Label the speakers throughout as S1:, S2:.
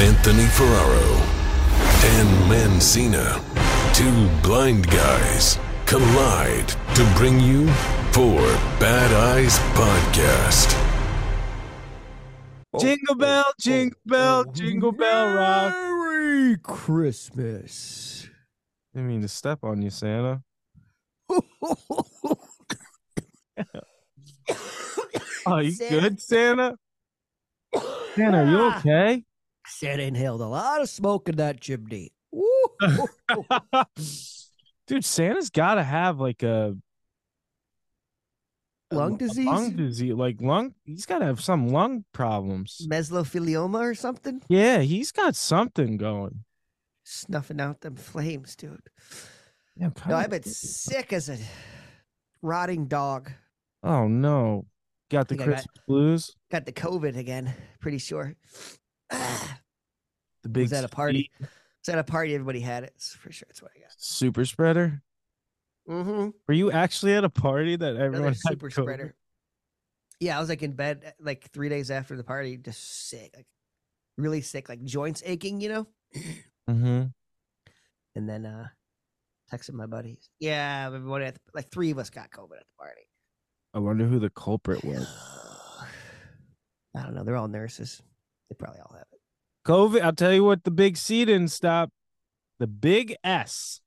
S1: Anthony Ferraro, and Mancina. Two blind guys collide to bring you Four Bad Eyes Podcast.
S2: Jingle bell, jingle bell, jingle bell rock.
S3: Merry Christmas.
S2: Didn't mean to step on you, Santa. Are you
S3: Santa-
S2: good, Santa? Santa, are you okay?
S3: Said Ah, inhaled a lot of smoke in that chimney. Woo.
S2: Dude, Santa's got to have like a a-
S3: Lung
S2: a
S3: disease?
S2: Lung disease, like lung. He's got to have some lung problems.
S3: Mesothelioma or something?
S2: Yeah, he's got something going.
S3: Snuffing out them flames, dude.
S2: Yeah,
S3: No,
S2: probably-
S3: I've been sick as a rotting dog.
S2: Oh no, got the
S3: think I got-
S2: Christmas blues.
S3: Got the COVID again, pretty sure. Ah,
S2: The big
S3: was at a party.
S2: spe-
S3: was at a party, everybody had it. So for sure, that's what I got.
S2: super spreader.
S3: Mm-hmm.
S2: Were you actually at a party that everyone
S3: Another
S2: had
S3: super
S2: COVID?
S3: spreader. Yeah, I was like in bed uh, like three days after the party, just sick, like really sick, like joints aching, you know.
S2: Mhm.
S3: And then uh texted my buddies. Yeah, everybody at the, like three of us got COVID at the party.
S2: I wonder who the culprit was.
S3: I don't know. They're all nurses. They probably all have it.
S2: COVID. I'll tell you what. The big C didn't stop. The big S.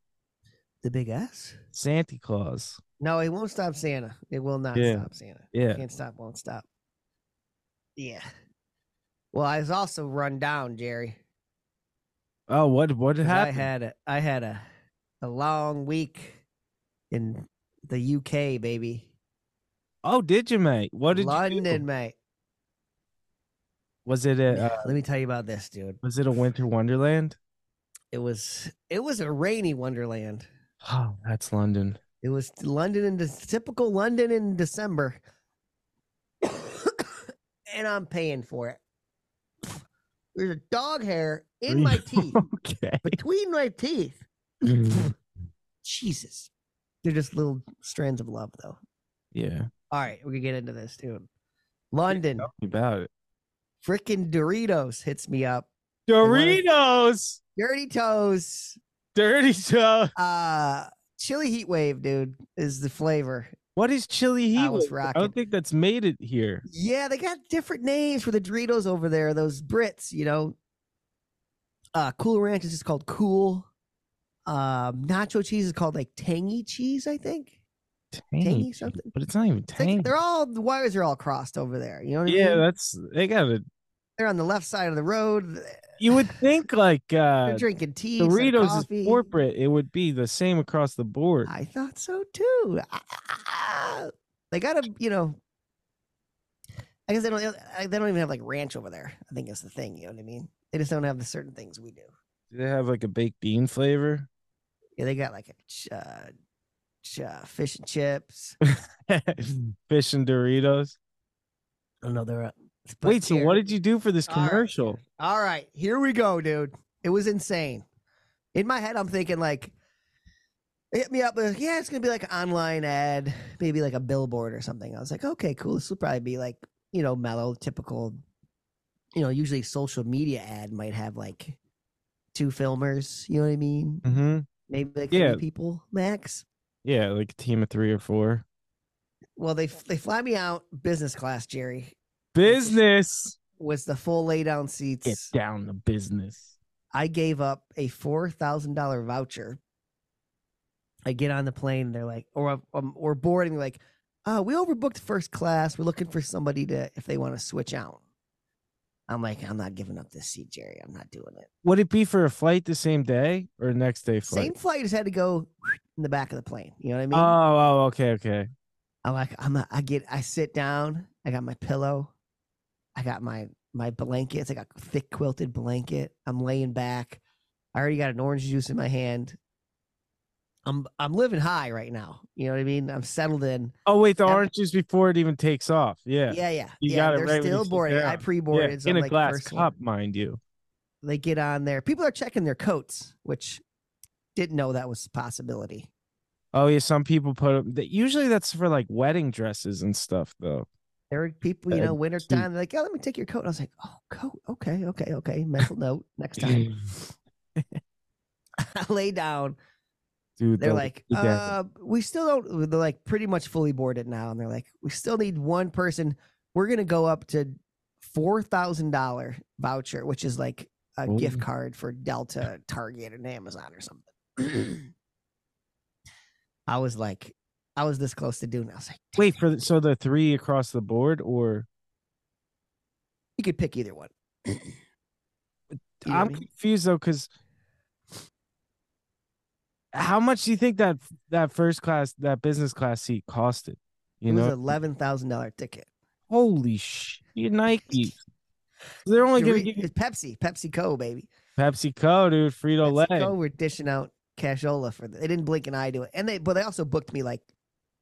S3: The big S?
S2: Santa Claus.
S3: No, it won't stop Santa. It will not
S2: Yeah.
S3: stop Santa.
S2: Yeah.
S3: Can't stop, won't stop. Yeah. Well, I was also run down, Jerry.
S2: Oh, what what
S3: 'cause I
S2: happened?
S3: had a I had a a long week in the UK, baby.
S2: oh, did you, mate? What did
S3: London,
S2: you do?
S3: mate.
S2: Was it a uh,
S3: Yeah, Let me tell you about this, dude.
S2: was it a winter wonderland?
S3: It was it was a rainy wonderland.
S2: Oh, that's London.
S3: It was London in the typical London in December. and I'm paying for it. There's a dog hair in my teeth,
S2: okay.
S3: between my teeth. Jesus. They're just little strands of love though.
S2: yeah.
S3: All right, we're gonna get into this, dude. London,
S2: Tell me about it.
S3: frickin' Doritos hits me up. wanna-
S2: Doritos.
S3: Dirty Toes,
S2: Dirty Joe.
S3: uh, chili heat wave, dude, is the flavor.
S2: What is chili heat?
S3: was
S2: wave? I
S3: rocking.
S2: don't think that's made it here.
S3: Yeah, they got different names for the Doritos over there. Those Brits, you know. Uh, cool Ranch is just called Cool. Um, nacho cheese is called like Tangy cheese, I think.
S2: Tangy,
S3: something.
S2: But it's not even
S3: It's like
S2: tangy.
S3: they're all the wires are all crossed over there. You know what I
S2: yeah,
S3: mean?
S2: that's they got to
S3: they're on the left side of the road. th-
S2: You would think like
S3: They're
S2: uh
S3: drinking tea. instead of
S2: Doritos
S3: coffee.
S2: is corporate. It would be the same across the board.
S3: I thought so too. Ah, They gotta, you know. I guess they don't. They don't even have like ranch over there. I think that's the thing. You know what I mean? They just don't have the certain things we do.
S2: Do they have like a baked bean flavor?
S3: Yeah, they got like a ch- uh, ch- uh, fish and chips.
S2: Fish and Doritos.
S3: I don't know they're. up. It's
S2: Wait,
S3: but
S2: so
S3: here-
S2: what did you do for this
S3: All right.
S2: commercial?
S3: All right, here we go, dude. It was insane. In my head, I'm thinking like, they hit me up. Like, yeah, it's gonna be like an online ad, maybe like a billboard or something. I was like, okay, cool. This will probably be like, you know, mellow, typical. You know, usually social media ad might have like two filmers. You know what I mean?
S2: Mm-hmm.
S3: Maybe like
S2: Yeah.
S3: three people max.
S2: Yeah, like a team of three or four.
S3: Well, they f- they fly me out business class, Jerry,
S2: Business.
S3: was the full lay down seats.
S2: Get down to business.
S3: I gave up a four thousand dollar voucher. I get on the plane. They're like, or um, or boarding. Like, uh, we overbooked first class. We're looking for somebody to if they want to switch out. I'm like, I'm not giving up this seat, Jerry. I'm not doing it.
S2: Would it be for a flight the same day or next day flight?
S3: Same flight just had to go in the back of the plane. You know what I mean?
S2: Oh, oh, okay, okay.
S3: I'm like, I'm a, I get, I sit down. I got my pillow. I got my my blankets. I got a thick quilted blanket. I'm laying back. I already got an orange juice in my hand. I'm I'm living high right now. You know what I mean? I'm settled in.
S2: Oh, wait, the
S3: Yeah.
S2: orange juice before it even takes off.
S3: Yeah,
S2: Yeah.
S3: yeah. yeah.
S2: You got it
S3: they're
S2: right when you
S3: still
S2: sit
S3: boarding. I
S2: down.
S3: pre-boarded.
S2: Yeah,
S3: so
S2: in a
S3: I'm like
S2: glass
S3: first
S2: cup,
S3: one.
S2: mind you.
S3: They get on there. People are checking their coats, which didn't know that was a possibility.
S2: Oh yeah, some people put 'em- that. Usually that's for like wedding dresses and stuff, though.
S3: There were people, you
S4: Uh,
S3: know, winter
S4: shoot.
S3: time. They're like, "Yeah, let me take your coat." And I was like, "Oh, coat. Okay, okay, okay." Mental note next time.
S2: Mm.
S3: I lay down.
S2: Dude,
S3: They're
S2: the-
S3: like,
S2: the jacket.
S3: uh, "We still don't." They're like pretty much fully boarded now, and they're like, "We still need one person. We're gonna go up to four thousand dollar voucher, which is like a gift
S2: Ooh.
S3: card for Delta, Target, and Amazon or something." I was like, I was this close to doing. It. I was like,
S2: wait for the, so the three across the board, or
S3: "You could pick either one." You know what I
S2: I'm
S3: mean?
S2: confused though, because how much do you think that that first class, that business class seat costed? You
S3: it
S2: know,
S3: was an eleven thousand dollar ticket.
S2: holy shit, Nike. They're only gonna
S3: Dori-
S2: give you
S3: it's Pepsi, PepsiCo, baby.
S2: PepsiCo, dude, Frito Lay.
S3: PepsiCo were dishing out cashola for. The, they didn't blink an eye to it, and they but they also booked me like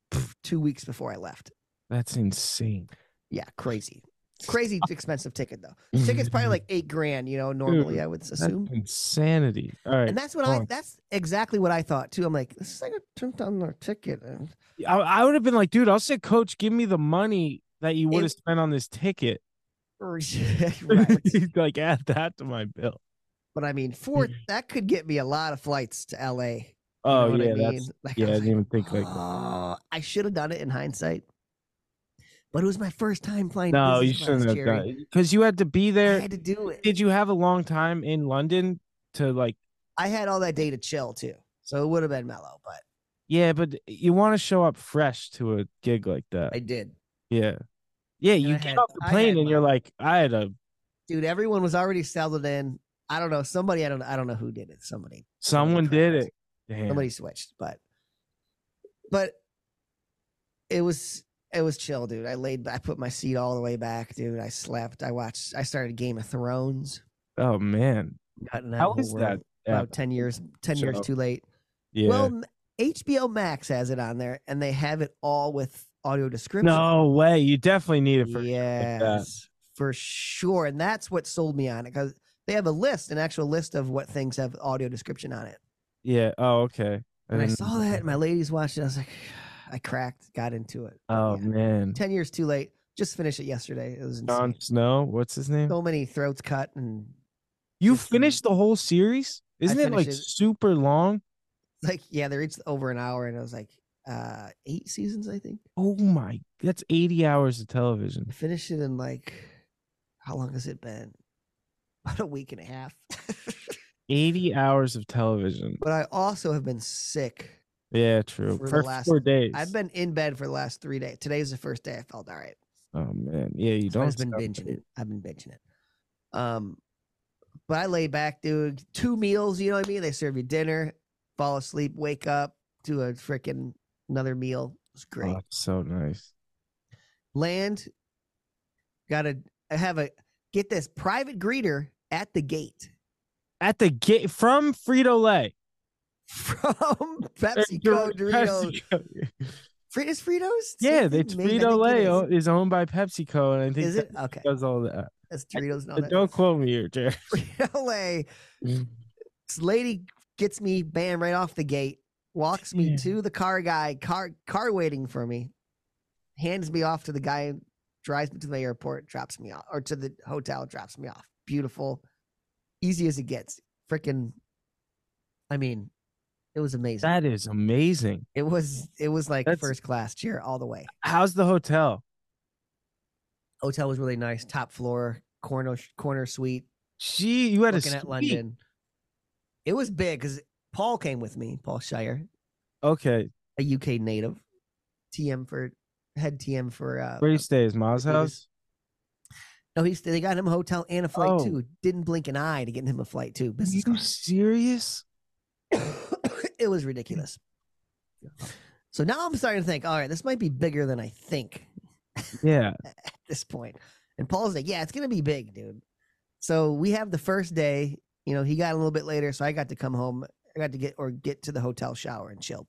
S3: pff, two weeks before I left.
S2: That's insane.
S3: Yeah, crazy, crazy expensive ticket though. Ticket's probably like eight grand, you know. Normally, I would
S2: That's
S3: assume.
S2: insanity. All right,
S3: And that's what
S2: go
S3: I.
S2: on.
S3: That's exactly what I thought too. I'm like, this is like a ten dollar ticket. And
S2: I, I would have been like, dude, I'll say, coach, give me the money that you would
S3: It-
S2: have spent on this ticket.
S3: right.
S2: like add that to my bill.
S3: But I mean, four that could get me a lot of flights to L.A. You know
S2: Oh
S3: what
S2: yeah,
S3: I
S2: that's
S3: mean? Like, I
S2: yeah. I
S3: was
S2: didn't
S3: like,
S2: even think like that.
S3: Oh, I should have done it in hindsight. But it was my first time flying.
S2: No, you
S3: business class,
S2: shouldn't have
S3: Jerry.
S2: done because you had to be
S3: I
S2: there.
S3: had to do it.
S2: Did you have a long time in London to like?
S3: I had all that day to chill too, so it would have been mellow. But
S2: Yeah, but you want to show up fresh to a gig like that.
S3: I did,
S2: yeah, yeah. You
S3: I
S2: get
S3: had-
S2: off the
S3: I
S2: plane
S3: had
S2: and you're like, I had a
S3: dude. Everyone was already settled in. I don't know. Somebody I don't I don't know who did it. Somebody
S2: someone did
S3: crazy.
S2: it. Damn.
S3: somebody switched, but but it was it was chill, dude. I laid I put my seat all the way back, dude. I slept. I watched. I started Game of Thrones.
S2: Oh man,
S3: Got in that
S2: how
S3: whole
S2: is that?
S3: world.
S2: app?
S3: About ten years. Ten years
S2: Show.
S3: too late.
S2: Yeah.
S3: Well, m- HBO Max has it on there, and they have it all with audio description.
S2: no way. You definitely need it for.
S3: yes, for sure, and that's what sold me on it because they have a list, an actual list of what things have audio description on it.
S2: Yeah. Oh, okay.
S3: And I
S2: didn't-
S3: saw that, and my ladies watched it. I was like, I cracked, got into it. but
S2: Oh
S3: yeah.
S2: man,
S3: ten years too late. Just finished it yesterday. It was insane.
S2: Jon Snow. What's his name?
S3: so many throats cut, and
S2: You
S3: It's, um,
S2: finished the whole series? Isn't it like
S3: finished it.
S2: super long?
S3: like yeah, they're each over an hour, and it was like uh eight seasons, I think.
S2: Oh my, that's 80 hours of television.
S3: I finished it in like how long has it been? About a week and a half.
S2: 80 hours of television.
S3: but I also have been sick.
S2: Yeah, true.
S3: For the
S2: For,
S3: last-
S2: four days.
S3: I've been in bed for the last three days. Today's the first day I felt all right.
S2: Oh man. Yeah, you
S3: So
S2: don't.
S3: I've been
S2: sound
S3: binging
S2: like-
S3: it. I've been binging it. Um, but I lay back, dude. Two meals. You know what I mean? They serve you dinner, fall asleep, wake up, do a freaking another meal. It's
S2: Oh,
S3: great.
S2: it's so nice.
S3: Land. Got to have a get this private greeter at the gate.
S2: At the gate from Frito Lay. Er,
S3: from PepsiCo Doritos. Fri- Is Fritos?
S2: Yeah, they,
S3: something made- I
S2: Frito
S3: think it
S2: Lay oh,
S3: is.
S2: is owned by PepsiCo, and I think
S3: Is it
S2: Pepsi
S3: okay?
S2: does all that.
S3: That's Doritos. and all
S2: But
S3: that.
S2: don't quote me here, Jerry.
S3: Frito Lay. This lady gets me, bam, right off the gate. Walks me
S2: Yeah.
S3: to the car guy. Car car waiting for me. Hands me off to the guy. Drives me to the airport. Drops me off, or to the hotel. Drops me off. Beautiful, easy as it gets. Freaking. I mean, it was amazing.
S2: That is amazing.
S3: it was it was like
S2: That's-
S3: first class cheer all the way.
S2: How's the hotel?
S3: hotel was really nice, top floor, corner corner suite,
S2: Gee, you had
S3: looking
S2: a
S3: at
S2: suite.
S3: London. It was big because Paul came with me, Paul Shire,
S2: Okay,
S3: a UK native, TM for head TM for. Uh,
S2: Where he stays, Ma's
S3: it was-
S2: house.
S3: no, he's they got him a hotel and a flight
S2: Oh.
S3: too. Didn't blink an eye to getting him a flight too.
S2: Are
S3: Business
S2: you
S3: class.
S2: serious?
S3: it was ridiculous. So now I'm starting to think, all right, this might be bigger than I think.
S2: Yeah.
S3: at this point. And Paul's like, yeah, it's gonna be big, dude. So we have the first day. You know, he got a little bit later, so I got to come home. I got to get or get to the hotel shower and chill.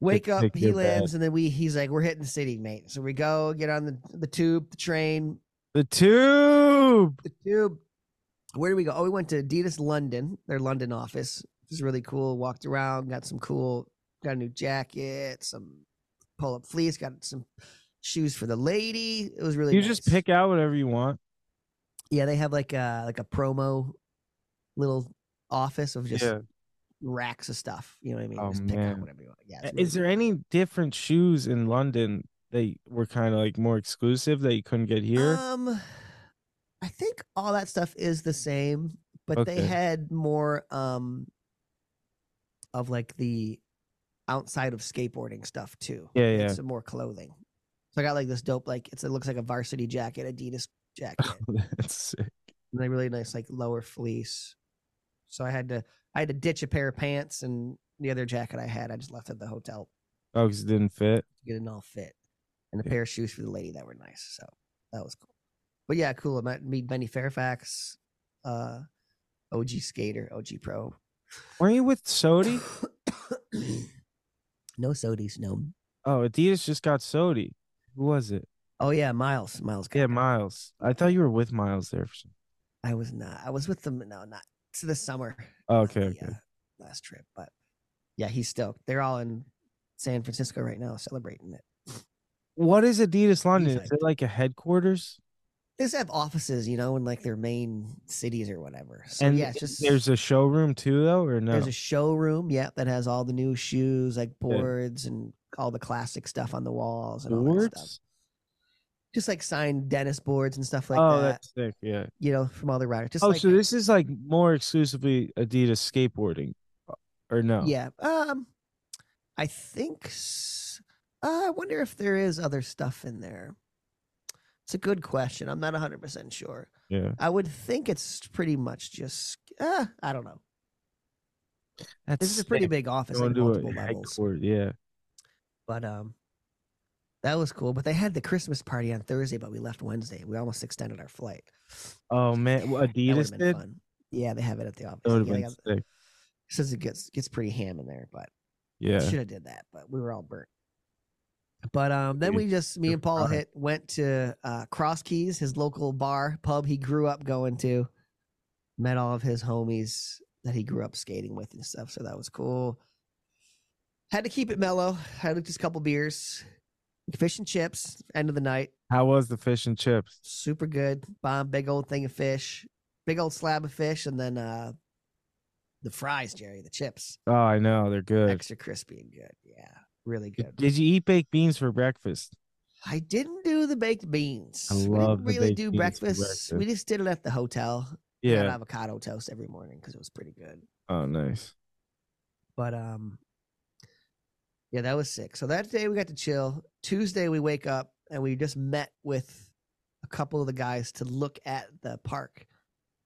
S3: Wake up,
S2: take
S3: he
S2: your bed.
S3: lands, and then we he's like, We're hitting the city, mate. So we go, get on the, the tube, the train,
S2: The tube.
S3: the tube. Where do we go? Oh, we went to Adidas London, their London office. It was really cool. Walked around, got some cool, got a new jacket, some pull up fleece, got some shoes for the lady. It was really.
S2: You just
S3: nice.
S2: pick out whatever you want.
S3: Yeah, they have like a like a promo little office of just
S2: yeah.
S3: racks of stuff. You know what I mean?
S2: Oh,
S3: just pick out
S2: man.
S3: whatever you want. Yeah.
S2: A-
S3: it's really
S2: Is there any different shoes in London that were kind of like more exclusive that you couldn't get
S3: good.
S2: here?
S3: Um, I think all that stuff is the same, but they
S2: Okay.
S3: had more um of like the outside of skateboarding stuff too.
S2: yeah,
S3: and
S2: yeah.
S3: Some more clothing. So I got like this dope, like it's, it looks like a varsity jacket, Adidas jacket.
S2: That's sick.
S3: and they really nice like lower fleece. So I had to I had to ditch a pair of pants and the other jacket I had I just left at the hotel
S2: Oh, 'cause it didn't fit.
S3: to get an all fit and a
S2: Yeah.
S3: pair of shoes for the lady that were nice. So that was cool. But yeah, cool. I met meet Benny Fairfax, uh, OG skater, OG pro.
S2: Weren't you with Sody?
S3: no sodies, no.
S2: Oh, Adidas just got Sody. Who was it?
S3: Oh yeah, Miles. Miles.
S2: Yeah,
S3: Kepka.
S2: Miles. I thought you were with Miles there. For some...
S3: I was not. I was with them. No, not to the summer.
S2: Oh,
S3: on
S2: okay,
S3: the,
S2: okay.
S3: uh, last trip, but yeah, he's stoked. They're all in San Francisco right now celebrating it.
S2: What is Adidas London? Is
S3: hyped.
S2: it like a headquarters?
S3: They just have offices, you know, in like their main cities or whatever. So
S2: and
S3: yeah, it's just
S2: there's a showroom too, though, or no?
S3: there's a showroom, yeah, that has all the new shoes, like boards and all the classic stuff on the walls and all that stuff.
S2: Boards?
S3: Just like signed dentist boards and stuff like
S2: oh,
S3: that,
S2: that's sick. Yeah.
S3: you know, from all the riders. Just
S2: oh,
S3: like
S2: so this is like more exclusively Adidas skateboarding, uh, or no?
S3: Yeah. Um, I think. s- Uh, I wonder if there is other stuff in there. It's a good question. I'm not 100% sure.
S2: Yeah.
S3: I would think it's pretty much just. Uh, I don't know.
S2: That's
S3: This is a pretty
S2: sick.
S3: big office,
S2: Going
S3: like
S2: to a
S3: multiple levels.
S2: headquarter- Yeah.
S3: But um, that was cool. But they had the Christmas party on Thursday, but we left Wednesday. We almost extended our flight.
S2: Oh man, well,
S3: That would've
S2: Adidas
S3: been
S2: did.
S3: fun. Yeah, they have it at the office.
S2: That would have
S3: Yeah, they
S2: been
S3: got-
S2: sick.
S3: says it gets gets pretty ham in there, but
S2: Yeah.
S3: Should have did that, but we were all burnt. But um, then
S2: Dude,
S3: we just me
S2: you're
S3: and Paul
S2: fine.
S3: hit went to uh, Cross Keys, his local bar pub he grew up going to. Met all of his homies that he grew up skating with and stuff, so that was cool. Had to keep it mellow. Had just a couple beers, fish and chips. End of the night,
S2: How was the fish and chips?
S3: super good. Bomb, big old thing of fish, big old slab of fish, and then uh, the fries, Jerry, the chips,
S2: Oh, I know they're good.
S3: extra crispy and good. Yeah, really
S2: Did-
S3: good.
S2: Did you eat baked beans for breakfast?
S3: I didn't do the baked beans.
S2: I
S3: we
S2: love
S3: didn't
S2: the
S3: really
S2: baked
S3: do
S2: beans for
S3: breakfast. We
S2: breakfast.
S3: just did it at the hotel. We had
S2: Yeah.
S3: avocado toast every morning because it was pretty good.
S2: Oh, nice.
S3: But um, yeah, that was sick. So that day we got to chill. Tuesday we wake up and we just met with a couple of the guys to look at the park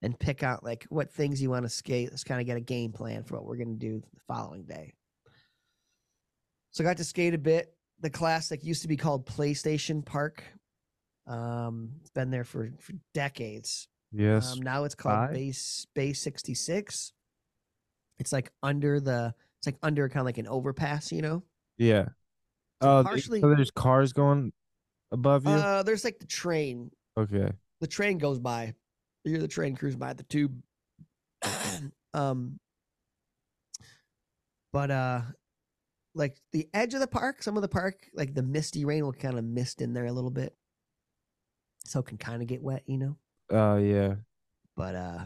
S3: and pick out like what things you want to skate. Let's kind of get a game plan for what we're gonna do the following day. So I got to skate a bit. The classic used to be called PlayStation Park. Um, it's been there for, for decades.
S2: Yes.
S3: Um, now it's called
S2: five?
S3: Base Base 66. It's like under the it's like under kind of like an overpass, you know.
S2: yeah.
S3: so
S2: Oh,
S3: partially-
S2: so there's cars going above you.
S3: Uh, there's like the train.
S2: okay.
S3: The train goes by. You hear the train cruise by the tube. um, but uh, like the edge of the park, some of the park, like the misty rain will kind of mist in there a little bit, so it can kind of get wet, you know.
S2: Oh, yeah.
S3: but uh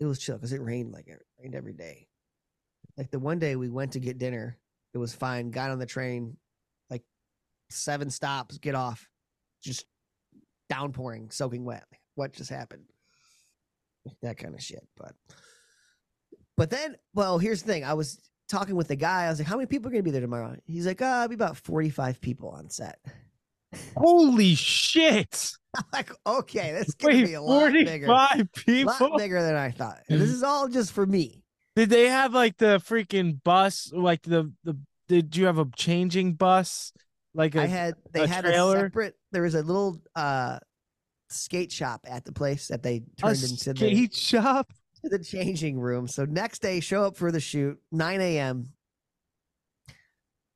S3: it was chill because it rained like it rained every day like the one day we went to get dinner it was fine got on the train like seven stops get off just downpouring soaking wet Like, what just happened that kind of shit but but then well here's the thing i was talking with the guy i was like how many people are going to be there tomorrow he's like uh it'll be about 45 people on set
S2: Holy shit!
S3: i'm like okay that's going to
S2: Wait,
S3: be a lot bigger
S2: forty-five
S3: lot
S2: people.
S3: bigger than I thought. And
S2: Mm-hmm.
S3: this is all just for me.
S2: Did they have like the freaking bus? Like the the? Did you have a changing bus? Like a
S3: I had they
S2: a
S3: had
S2: trailer?
S3: a separate. There was a little uh skate shop at the place that they
S2: a
S3: turned into the,
S2: skate shop?
S3: the changing room. So next day, show up for the shoot, 9 a.m.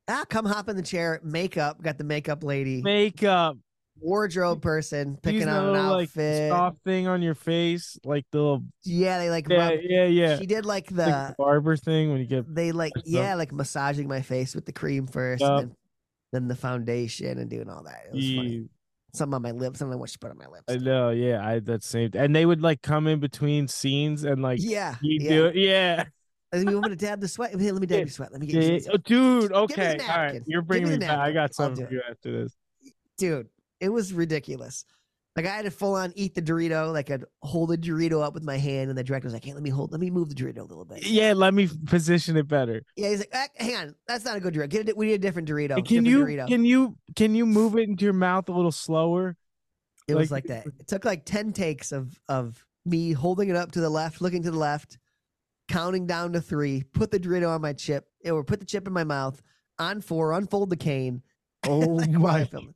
S3: Ah, come hop in the chair, makeup. Got the makeup lady,
S2: Makeup,
S3: wardrobe person picking
S2: using a
S3: out an
S2: little, like
S3: outfit.
S2: soft thing on your face, like the little
S3: yeah, they like.
S2: yeah,
S3: rub-
S2: yeah, yeah.
S3: She did like
S2: Like uh,
S3: the
S2: the barber thing when you get
S3: they like
S2: That's dope.
S3: yeah like massaging my face with the cream first
S2: Yup.
S3: and then than the foundation and doing all that. It was funny.
S2: You-
S3: Something on my lips. I don't know what she put on my lips.
S2: I know, yeah. I that same, and they would like come in between scenes and like
S3: yeah.
S2: you
S3: yeah.
S2: do it, yeah.
S3: I mean, you want me to dab the sweat? Hey, let me dab
S2: Yeah.
S3: your sweat. Let me
S2: Yeah,
S3: get you
S2: yeah.
S3: some
S2: Oh, dude.
S3: Give me the
S2: Okay, all right.
S3: napkin.
S2: You're
S3: Give
S2: bringing
S3: me
S2: me
S3: the
S2: back. I
S3: napkin.
S2: got
S3: I'll
S2: something
S3: do
S2: for you after this.
S3: dude, it was ridiculous. Like I had to full on eat the Dorito, like I'd hold the Dorito up with my hand, and the director was like, "Hey, let me hold, let me move the Dorito a little bit."
S2: Yeah, let me position it better.
S3: Yeah, he's like, "Ah, "Hang on, that's not a good Dorito. Get a, di- we need a different Dorito."
S2: And can
S3: different
S2: you
S3: Dorito.
S2: can you can you move it into your mouth a little slower?
S3: it was
S2: like-
S3: like that. It took like ten takes of of me holding it up to the left, looking to the left, counting down to three, put the Dorito on my chip, or put the chip in my mouth. On four, unfold the cane.
S2: Oh
S3: like, while I film it.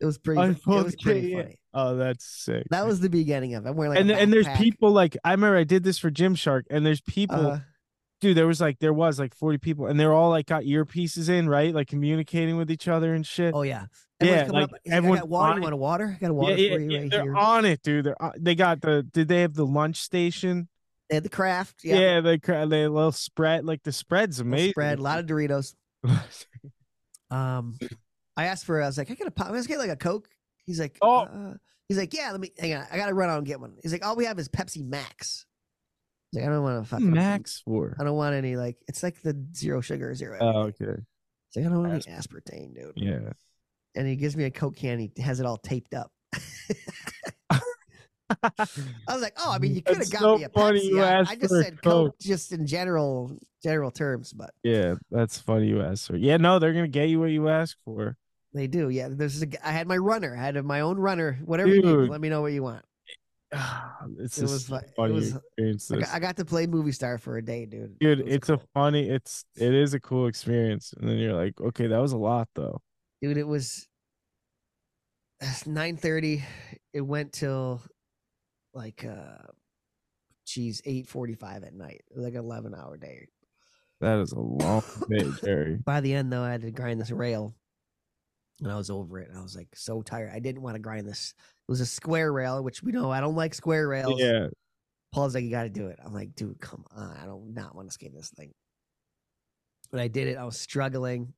S3: It was pretty. It
S2: Unfold
S3: was
S2: the
S3: pretty
S2: cane, yeah.
S3: funny.
S2: Oh, that's sick.
S3: That was the beginning of it. I'm wearing like
S2: and
S3: a
S2: the- and there's
S3: backpack.
S2: people like I remember I did this for Gymshark, and there's people,
S3: Uh,
S2: dude. There was like there was like 40 people, and they're all like got earpieces in, right? Like communicating with each other and shit.
S3: Oh yeah.
S2: Yeah,
S3: coming
S2: like,
S3: He's I
S2: everyone's
S3: got water.
S2: fine.
S3: You want a water? I got a
S2: Yeah,
S3: water
S2: yeah,
S3: for you
S2: yeah,
S3: right
S2: they're
S3: here.
S2: on it, dude. They're on, they got the. Did they have the lunch station?
S3: They had the craft.
S2: Yeah,
S3: Yeah. little
S2: they cra- they little spread like the spread's amazing.
S3: Spread a lot of Doritos. Um, I asked for. I was like, I got a pop. Let's get like a Coke. He's like,
S2: Oh.
S3: uh, he's like, yeah. Let me hang on. I gotta run out and get one. He's like, all we have is Pepsi Max. He's like, I don't want to fucking
S2: Max for.
S3: I don't want any like it's like the zero sugar, zero.
S2: Oh,
S3: everything.
S2: okay.
S3: He's like, I don't want any aspartame, dude.
S2: Yeah.
S3: And he gives me a Coke can. He has it all taped up. I was like, oh, I mean, you could
S2: That's
S3: have got
S2: so
S3: me a
S2: funny
S3: Pepsi.
S2: you
S3: I,
S2: asked
S3: I just
S2: for a
S3: said
S2: Coke.
S3: Coke. just in general general terms, but
S2: Yeah, that's funny you asked for. Yeah, no, they're gonna get you what you ask for.
S3: they do. Yeah, there's a, g- I had my runner. I had my own runner. Whatever you
S2: Dude.
S3: need, let me know what you want.
S2: it's
S3: It
S2: just
S3: was
S2: so
S3: like- it
S2: funny
S3: was-
S2: experience.
S3: I
S2: this.
S3: got, I got to play movie star for a day, dude.
S2: Dude,
S3: It was
S2: it's
S3: cool.
S2: a funny. It's it is a cool experience, and then you're like, okay, that was a lot though.
S3: dude. It was nine thirty. It went till like uh, geez, eight forty five at night. It was like an eleven hour day.
S2: That is a long day, Jerry.
S3: By the end, though, I had to grind this rail, and I was over it. And I was like so tired. I didn't want to grind this. It was a square rail, which we know I don't like square rails.
S2: Yeah,
S3: Paul's like, you got to do it. I'm like, dude, come on. I don't not want to skate this thing. But I did it. I was struggling.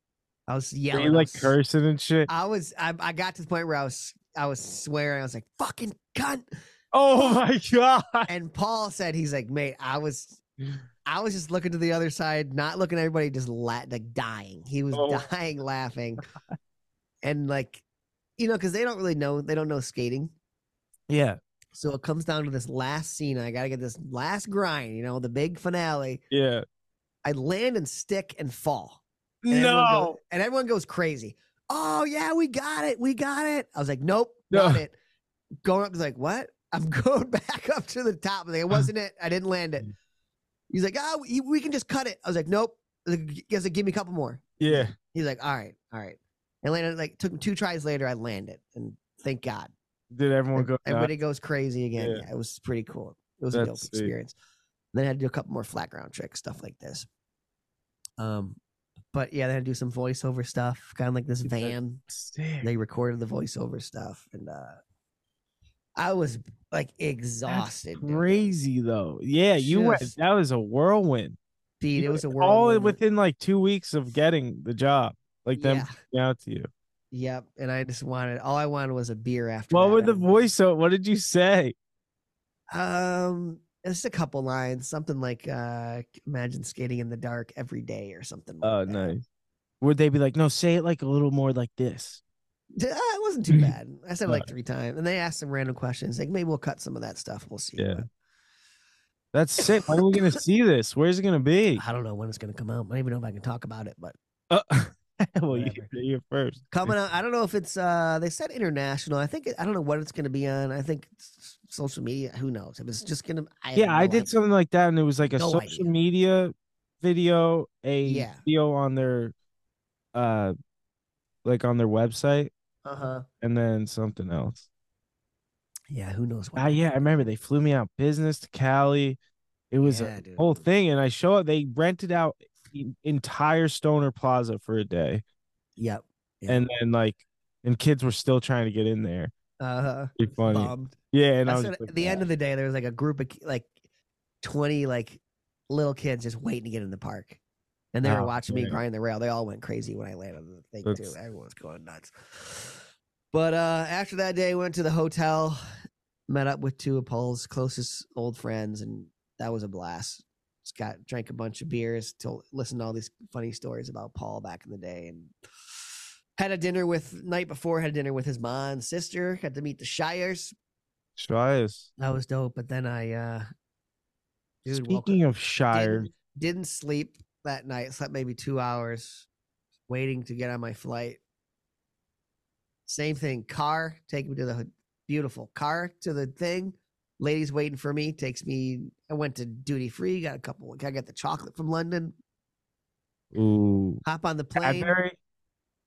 S3: I was
S2: Were
S3: yelling.
S2: you
S3: I
S2: like
S3: was-
S2: cursing and shit.
S3: I was. I, I got to the point where I was. I was swearing. I was like, fucking cunt.
S2: Oh my god!
S3: And Paul said, he's like, mate, I was. I was just looking to the other side, not looking at everybody, just la- like dying. He was
S2: Oh.
S3: dying laughing, and like, you know, because they don't really know. They don't know skating.
S2: Yeah,
S3: So it comes down to this last scene. I got to get this last grind, you know, the big finale.
S2: yeah.
S3: I land and stick and fall. And everyone go-
S2: No,
S3: and everyone goes crazy. Oh yeah, we got it. We got it. I was like, nope,
S2: No.
S3: not it. Going up, he's like, what? I'm going back up to the top. Like, it wasn't it. I didn't land it. He's like, oh, we- we can just cut it. I was like, nope. I was like, "G- He's like, give me a couple more.
S2: yeah.
S3: He's like, all right, all right. And landed like took him two tries later. I landed, and thank God.
S2: Did everyone
S3: Ev-
S2: go? nuts?
S3: Everybody goes crazy again.
S2: Yeah.
S3: Yeah. it was pretty cool. It was a dope
S2: That's sick.
S3: experience. Then I had to do a couple more flat ground tricks, stuff like this. Um, but yeah, then I do some voiceover stuff, kind of like this
S2: Dude, that-
S3: van.
S2: Sick.
S3: They recorded the voiceover stuff, and uh, I was like exhausted.
S2: That's
S3: dude.
S2: crazy though. Yeah, you went.
S3: Just-
S2: That was a whirlwind.
S3: Dude, it was a world.
S2: all within like two weeks of getting the job. Like them
S3: Yeah.
S2: reaching out to you.
S3: Yep, and I just wanted all I wanted was a beer after.
S2: What
S3: that. Um,
S2: were the
S3: I-
S2: voice? What did you say?
S3: Um, it's a couple lines, something like uh, "Imagine skating in the dark every day" or something. Like
S2: Oh,
S3: that.
S2: nice. Would they be like, no, say it like a little more like this?
S3: D- uh, it wasn't too bad. I said it
S2: Uh,
S3: like three times, and they asked some random questions. Like maybe we'll cut some of that stuff. We'll see.
S2: Yeah. That's sick. When are we gonna see this? Where's it gonna be?
S3: but I don't know when it's gonna come out. I don't even know if I can talk about it. But
S2: Uh, well, you,
S3: Whatever.
S2: you're first.
S3: coming out, I don't know if it's. uh They said international. I think it, I don't know what it's gonna be on. I think s- social media. Who knows? If it's just gonna. I have
S2: Yeah, I
S3: no
S2: did
S3: idea.
S2: something like that, and it was like a
S3: No
S2: social
S3: idea.
S2: media video, a
S3: Yeah.
S2: video on their, uh, like on their website,
S3: Uh-huh.
S2: and then something else.
S3: Yeah. Who knows?
S2: Ah, yeah, I remember they flew me out business to Cali. It was
S3: Yeah,
S2: a
S3: dude.
S2: whole thing, and I show up. They rented out the entire Stoner Plaza for a day,
S3: Yep. Yeah.
S2: and then like, and kids were still trying to get in there.
S3: Uh huh.
S2: Pretty funny,
S3: Bombed.
S2: Oh, yeah. And I
S3: That's
S2: was
S3: what,
S2: just like,
S3: at the end
S2: "Ah."
S3: of the day, there was like a group of ki- like twenty like little kids just waiting to get in the park, and they were
S2: Oh,
S3: watching me
S2: man.
S3: grind the rail. They all went crazy when I landed on the thing
S2: That's-
S3: too. Everyone's going nuts. But uh, after that day, went to the hotel, met up with two of Paul's closest old friends, and that was a blast. Just got drank a bunch of beers, to listened to all these funny stories about Paul back in the day, and had a dinner with night before had a dinner with his mom and sister. Got to meet the Shires.
S2: Shires.
S3: That was dope. But then I, uh, dude, woke
S2: Speaking of Shire,
S3: didn't, didn't sleep that night. Slept maybe two hours, waiting to get on my flight. Same thing. Car take me to the ho- beautiful car to the thing. Ladies waiting for me. Takes me. I went to duty free. Got a couple. I got the chocolate from London.
S2: ooh,
S3: Hop on the plane. Cadbury.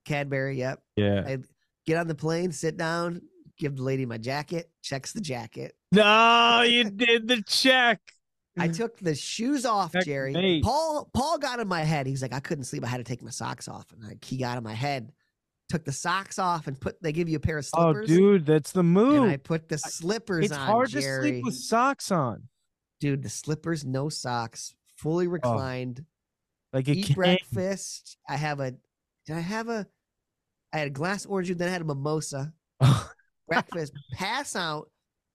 S2: Cadbury.
S3: yep.
S2: Yeah.
S3: I get on the plane. Sit down. Give the lady my jacket. Checks the jacket.
S2: No, you did the check.
S3: I
S2: Mm-hmm.
S3: took the shoes off,
S2: Heck,
S3: Jerry.
S2: mate.
S3: Paul Paul got in my head. He's like, I couldn't sleep. I had to take my socks off, and like he got in my head. Took the socks off and put. They give you a pair of
S2: Oh,
S3: slippers.
S2: dude, that's the
S3: And I
S2: move.
S3: put the slippers
S2: It's
S3: on.
S2: hard to
S3: Jerry.
S2: sleep with socks on.
S3: Dude, the slippers, no socks, fully reclined.
S2: Like it
S3: eat
S2: Oh, can't.
S3: breakfast. I have a. Did I have a? I had a glass orange juice. Then I had a mimosa. Breakfast. pass out.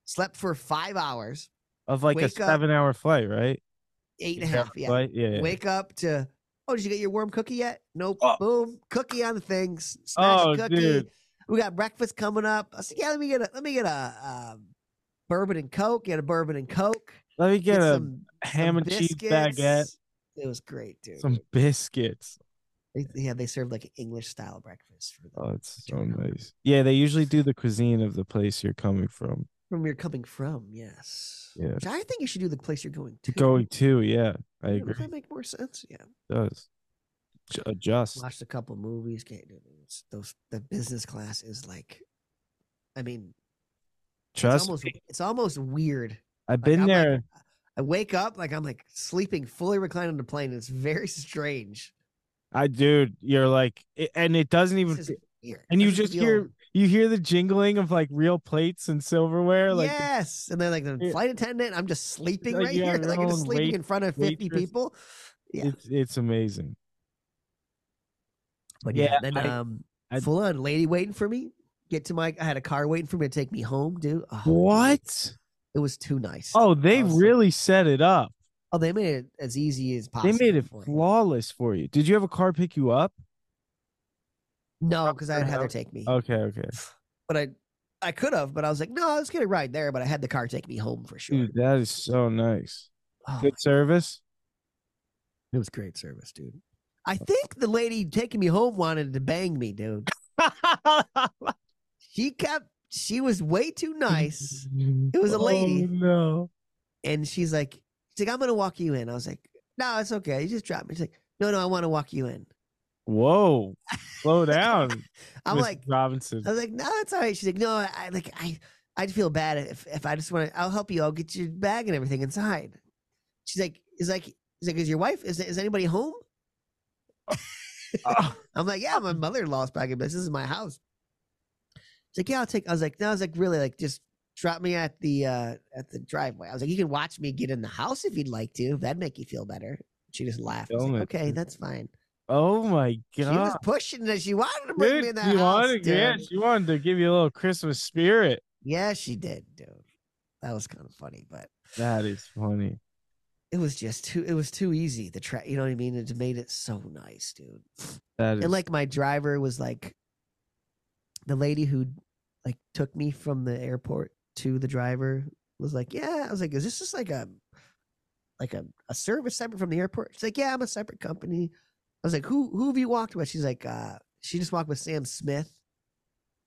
S3: Slept for five hours.
S2: of like a
S3: Wake up.
S2: seven-hour flight, right?
S3: Eight and a
S2: Eight-hour
S3: half. Yeah.
S2: flight? Yeah.
S3: Wake up to, oh, did you get your warm cookie yet? Nope.
S2: Oh.
S3: Boom, cookie on the things. Smash
S2: Oh,
S3: cookie.
S2: dude.
S3: We got breakfast coming up. I said, yeah, let me get a let me get a uh, bourbon and coke. Get a bourbon and coke.
S2: Let me get,
S3: get
S2: a
S3: some
S2: ham
S3: some
S2: and cheese baguette,
S3: biscuits. It was great, dude.
S2: some biscuits.
S3: They- yeah, they served like an English style breakfast for
S2: Oh,
S3: them
S2: it's so
S3: Don't know.
S2: nice. Yeah, they usually do the cuisine of the place you're coming from.
S3: from where you're coming from. Yes.
S2: Yeah.
S3: Which I think you should do the place you're going to.
S2: Going to, yeah, I
S3: Yeah,
S2: agree.
S3: Does that make more sense? Yeah.
S2: It does J- adjust.
S3: watched a couple movies. Can't do those. Those the business class is like, I mean, it's
S2: Trust.
S3: almost
S2: me,
S3: it's almost weird.
S2: I've
S3: Like,
S2: been
S3: I'm like-
S2: there.
S3: I wake up like I'm like sleeping fully reclined on the plane. It's very strange.
S2: I, dude, you're like, it, and it doesn't even.
S3: This is
S2: fe-
S3: weird.
S2: and
S3: I
S2: you
S3: don't
S2: just
S3: feel-
S2: hear you hear the jingling of like real plates and silverware, like the-
S3: yes, and then like the
S2: Yeah.
S3: flight attendant. I'm just sleeping
S2: like
S3: right
S2: you
S3: here.
S2: have your
S3: Like I'm just
S2: own
S3: sleeping
S2: wait-
S3: in front of 50
S2: waitress.
S3: people. Yeah,
S2: it's it's amazing.
S3: but yeah,
S2: yeah,
S3: then
S2: I-
S3: um,
S2: I-
S3: full on lady waiting for me. Get to my. I had a car waiting for me to take me home, dude. Oh, dude,
S2: What?
S3: It was too nice. Oh,
S2: Oh, they
S3: Awesome.
S2: really set it up.
S3: they made it as easy as
S2: They
S3: possible.
S2: made it
S3: for me.
S2: flawless for you. Did you have a car pick you up?
S3: No, because I had Heather
S2: No.
S3: take me.
S2: Okay, okay.
S3: but I I could have, but I was like, no, let's get a ride there. But I had the car take me home for sure.
S2: Dude, that is so nice.
S3: Oh,
S2: Mm, Good service.
S3: it was great service, dude. I think the lady taking me home wanted to bang me, dude. She kept she was way too nice. It was a lady.
S2: Oh, no.
S3: And she's like, she's like, I'm gonna walk you in. I was like, no, it's okay. You just drop me. She's like, no, no, I want to walk you in.
S2: Whoa. Slow down.
S3: I'm
S2: Mrs.
S3: like, uh,
S2: Robinson.
S3: I was like, no, it's all right. She's like, no, I like I I'd feel bad if if I just want to. I'll help you. I'll get your bag and everything inside. She's like, is like, is like, is your wife? Is is anybody home?
S2: Oh,
S3: I'm like, yeah, my mother-in-law's back in business. This is my house. She's like, yeah, I'll take. I was like, no, I was like, really, like, just drop me at the uh at the driveway. I was like, you can watch me get in the house if you'd like to. That'd make you feel better. She just laughed. I was
S2: Film
S3: like,
S2: it,
S3: okay,
S2: dude.
S3: that's fine.
S2: oh my
S3: She was
S2: god.
S3: pushing that. She wanted to bring
S2: Dude,
S3: me in that
S2: she
S3: house.
S2: wanted, yeah,
S3: dude.
S2: she wanted to give you a little Christmas spirit.
S3: Yeah, she did, dude. That was kind of funny, but
S2: That is funny.
S3: it was just too it was too easy. The track, you know what I mean? It just made it so nice, dude.
S2: That is
S3: And like my driver was like the lady who like took me from the airport to the driver was like, "Yeah." I was like, "Is this just like a like a, a service separate from the airport?" She's like, "Yeah, I'm a separate company." I was like, "Who who have you walked with?" She's like, "Uh, she just walked with Sam Smith,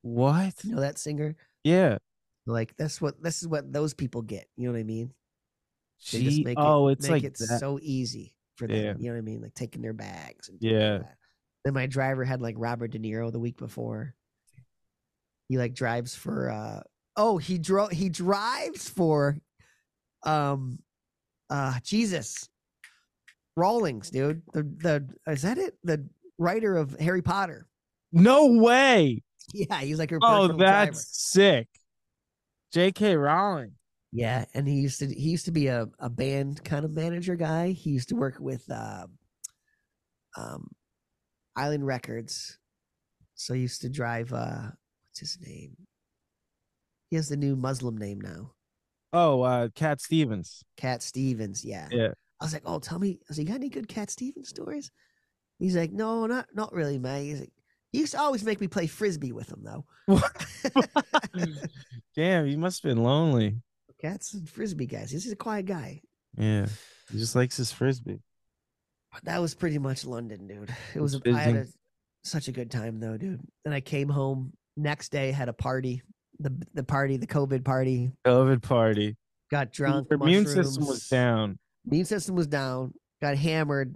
S2: what?
S3: you know that singer."
S2: Yeah.
S3: Like that's what this is what those people get. You know what I mean? They
S2: Gee,
S3: just make
S2: oh,
S3: it,
S2: it's
S3: make
S2: like
S3: it
S2: that.
S3: so easy for them.
S2: Yeah.
S3: You know what I mean? Like taking their bags. And
S2: Yeah.
S3: that. Then my driver had like Robert De Niro the week before. He like drives for uh oh he drove he drives for um uh Jesus Rawlings dude the the is that it the writer of Harry Potter
S2: no way.
S3: yeah he's like her
S2: Oh,
S3: personal driver.
S2: that's sick. J.K. Rowling.
S3: Yeah, and he used to he used to be a, a band kind of manager guy. He used to work with uh, um, Island Records. So I used to drive. Uh, what's his name? He has the new Muslim name now.
S2: Oh, uh, Cat Stevens.
S3: Cat Stevens. Yeah.
S2: Yeah.
S3: I was like, oh, tell me. I was like, you got any good Cat Stevens stories? He's like, no, not not really, man. He's like, he used to always make me play frisbee with him though.
S2: Damn, you must have been lonely.
S3: Cats and frisbee guys. He's a quiet guy.
S2: Yeah, he just likes his frisbee.
S3: But that was pretty much London, dude. It
S2: It's
S3: was. I had a,
S2: busy.
S3: such a good time though, dude. And I came home next day, had a party. The the party, the COVID party.
S2: COVID party.
S3: Got drunk.
S2: Your immune system was
S3: mushrooms.
S2: down.
S3: Immune system was down. Got hammered.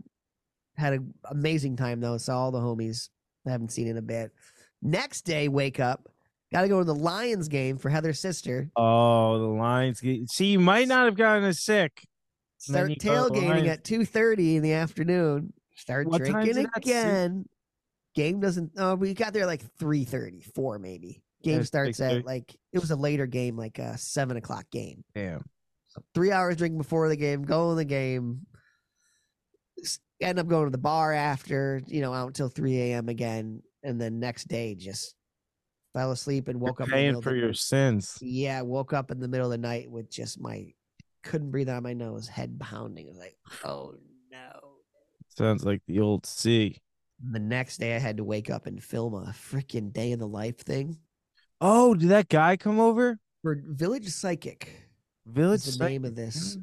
S3: Had an amazing time though. Saw all the homies I haven't seen in a bit. Next day, wake up. Got to go to the Lions game for Heather's sister.
S2: Oh, the Lions. ge- See, you might not have gotten as sick. And then
S3: Start
S2: you go to the
S3: tailgating
S2: Lions.
S3: at two thirty in the afternoon. Start
S2: What time's
S3: drinking
S2: that, Sue?
S3: again. Game doesn't. Oh, we got there like 3.30, 4 maybe. Game
S2: it's
S3: starts
S2: 6:30.
S3: at like it was a later game, like a seven o'clock game.
S2: Damn.
S3: So three hours drinking before the game, go in the game. s- End up going to the bar after, you know, out until three a.m. again, and then next day just fell asleep and woke
S2: You're
S3: up in the middle
S2: paying
S3: of the
S2: for your sins.
S3: yeah, I woke up in the middle of the night with just my couldn't breathe out of my nose, head pounding. I was like, oh no.
S2: Sounds like the old C.
S3: The next day I had to wake up and film a freaking day in the life thing
S2: Oh, did that guy come over?
S3: for Village Psychic.
S2: Village.
S3: Is the
S2: Psych- Mm.
S3: name of this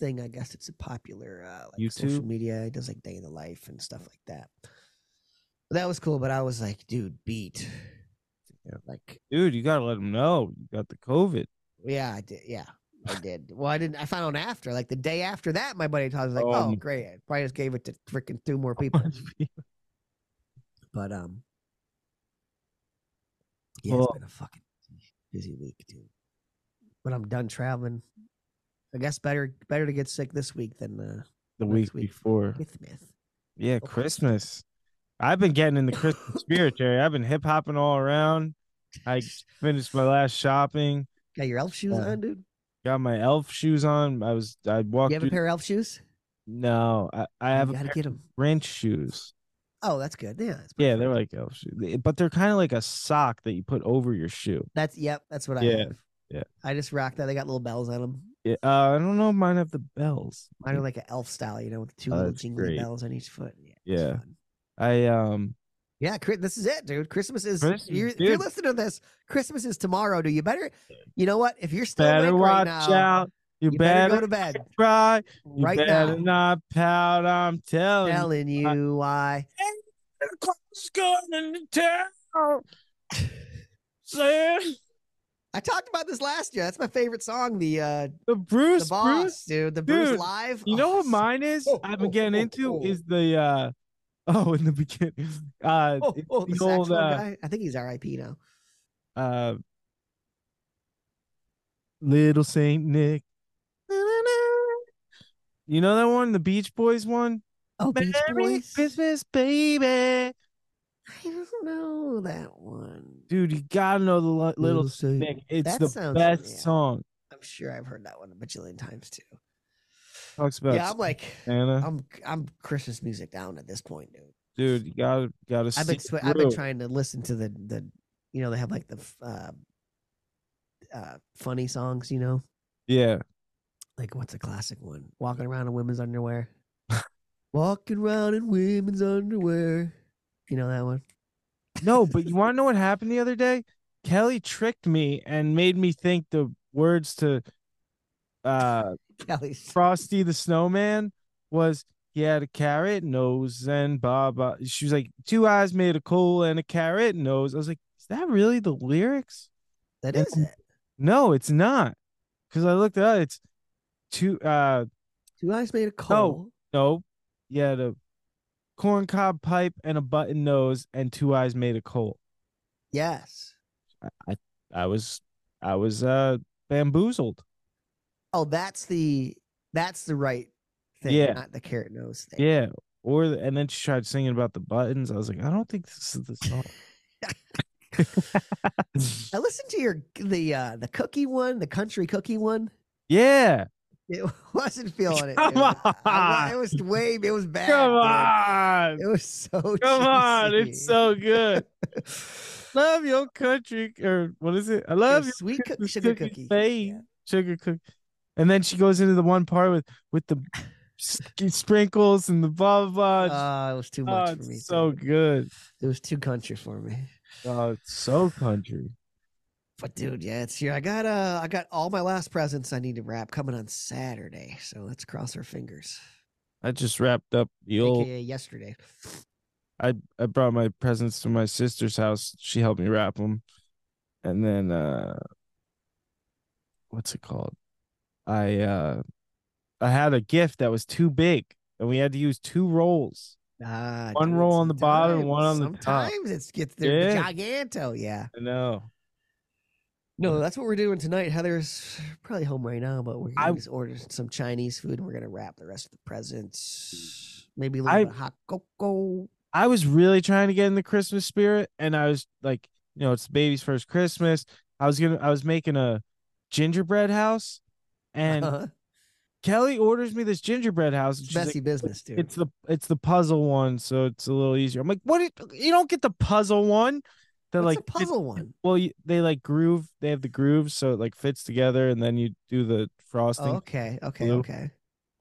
S3: thing. I guess it's a popular uh, like social
S2: YouTube?
S3: media. It does like day in the life and stuff like that. But that was cool, but I was like, dude, beat.
S2: Yeah.
S3: Like,
S2: Dude, you gotta let him know you got the COVID.
S3: yeah, I did. Yeah, I did. Well, I didn't. I found out after, like the day after that, my buddy told me, like, oh,
S2: Um,
S3: great. I probably just gave it to freaking two more people. But um, yeah,
S2: Well-
S3: it's been a fucking busy week, dude. But I'm done traveling. I guess better better to get sick this week than uh,
S2: the
S3: Next
S2: week
S3: week.
S2: before.
S3: with myth.
S2: Yeah, Christmas. I've been getting in the Christmas spirit, Jerry. I've been hip hopping all around. I finished my last shopping.
S3: Got your elf shoes
S2: Uh,
S3: on, dude.
S2: Got my elf shoes on. I was I walked.
S3: You have a
S2: through-
S3: pair of elf shoes.
S2: No, I, I
S3: Oh, You
S2: have a
S3: gotta
S2: pair
S3: get them.
S2: of Grinch shoes.
S3: Oh, that's good. Yeah, that's
S2: Yeah,
S3: perfect.
S2: they're like elf shoes, They- but they're kind of like a sock that you put over your shoe.
S3: That's yep. That's what I
S2: Yeah,
S3: have.
S2: yeah.
S3: I just rock that. They got little bells on them.
S2: Yeah, uh, I don't know if mine have the bells.
S3: Mine are like an elf style, you know, with two
S2: Oh,
S3: little
S2: that's
S3: jingly
S2: great.
S3: bells on each foot. Yeah. it's
S2: Yeah.
S3: fun.
S2: I um
S3: Yeah, Chri- this is it, dude. Christmas is.
S2: Christmas,
S3: you're, if you're
S2: dude.
S3: listening to this, Christmas is tomorrow. Do you better? You know what? If you're still
S2: better
S3: awake
S2: watch
S3: right now,
S2: out. You,
S3: you better,
S2: better,
S3: go to bed
S2: try. You
S3: right
S2: better
S3: now.
S2: not pout. I'm telling you.
S3: Telling you why.
S2: The clock's going in the town. Sam,
S3: I talked about this last year. That's my favorite song. The uh,
S2: the Bruce,
S3: the boss,
S2: Bruce.
S3: dude. The Bruce
S2: dude,
S3: live.
S2: You
S3: Oh,
S2: know what
S3: so-
S2: mine is?
S3: Oh,
S2: I've been
S3: oh,
S2: getting
S3: oh,
S2: into
S3: oh.
S2: is the uh oh in the beginning uh
S3: Oh,
S2: it's
S3: oh,
S2: the
S3: the
S2: old
S3: saxophone
S2: uh,
S3: guy. I think he's R.I.P. now.
S2: uh little Saint Nick. You know that one, the Beach Boys one.
S3: Oh, Beach
S2: Merry
S3: Boys.
S2: Christmas, baby.
S3: I don't know that one.
S2: Dude, you gotta know the li- little
S3: Saint-
S2: Nick. It's
S3: That
S2: the
S3: sounds
S2: best
S3: familiar.
S2: song.
S3: I'm sure I've heard that one a bajillion times too.
S2: Talks about
S3: yeah, I'm like,
S2: Santa.
S3: I'm I'm Christmas music down at this point, dude.
S2: dude you gotta gotta
S3: I've been
S2: see
S3: swi- I've been
S2: through.
S3: trying to listen to the the you know they have like the f- uh, uh funny songs you know
S2: yeah
S3: like what's a classic one walking around in women's underwear walking around in women's underwear you know that one
S2: no but you want to know what happened the other day kelly tricked me and made me think the words to uh
S3: Kelly
S2: frosty the snowman was he had a carrot nose and baba she was like two eyes made a coal and a carrot nose i was like is that really the lyrics
S3: that
S2: Yeah.
S3: is it
S2: no it's not because i looked it up it's two uh
S3: two eyes made a call
S2: No, he had a corncob pipe and a button nose and two eyes made a coal.
S3: yes
S2: I I was I was uh bamboozled.
S3: oh that's the that's the right thing
S2: Yeah.
S3: not the carrot nose thing
S2: Yeah. Or the- and then she tried singing about the buttons. I was like, I don't think this is the song.
S3: I listened to your the uh the cookie one the country cookie one
S2: yeah.
S3: It wasn't feeling it.
S2: Come
S3: dude. I- I-
S2: on.
S3: it was way. It was bad.
S2: Come on.
S3: dude. It was so.
S2: Come on. It's
S3: cheesy.
S2: so good.
S3: It
S2: love your country. Or what is it? I
S3: was
S2: love your
S3: sweet coo-
S2: Christmas
S3: sugar
S2: cookie
S3: cookie.
S2: face.
S3: Yeah.
S2: sugar cook. And then she goes into the one part with with the s- sprinkles and the blah blah. blah.
S3: Uh, it was too
S2: Oh,
S3: much for
S2: it's
S3: me.
S2: so
S3: dude.
S2: good.
S3: it was too country for me.
S2: Oh, it's so country.
S3: But dude, yeah, it's here. I got uh, I got all my last presents I need to wrap coming on Saturday. So let's cross our fingers.
S2: I just wrapped up the old.
S3: AKA yesterday.
S2: I I brought my presents to my sister's house. She helped me wrap them, and then uh, what's it called? I uh, I had a gift that was too big, and we had to use two rolls.
S3: Ah,
S2: One
S3: dude,
S2: roll on the bottom and
S3: sometimes-
S2: one on the top.
S3: Sometimes it's gets there
S2: Yeah.
S3: giganto. Yeah.
S2: I know.
S3: No, that's what we're doing tonight. Heather's probably home right now, but we're gonna
S2: I-
S3: just order some Chinese food and we're gonna wrap the rest of the presents. Maybe a little
S2: I-
S3: bit of hot cocoa.
S2: I was really trying to get in the Christmas spirit, and I was like, you know, it's the baby's first Christmas. I was gonna, I was making a gingerbread house, and
S3: And
S2: Kelly orders me this gingerbread house. And
S3: it's
S2: she's like,
S3: messy business, dude.
S2: it's the it's the puzzle one, so it's a little easier. I'm like, what? do You you don't get the puzzle one. They're
S3: What's
S2: like
S3: a
S2: it-
S3: puzzle one.
S2: well, you, they like groove. They have the grooves, so it like fits together, and then you do the frosting.
S3: Oh, okay, okay,
S2: blue.
S3: okay.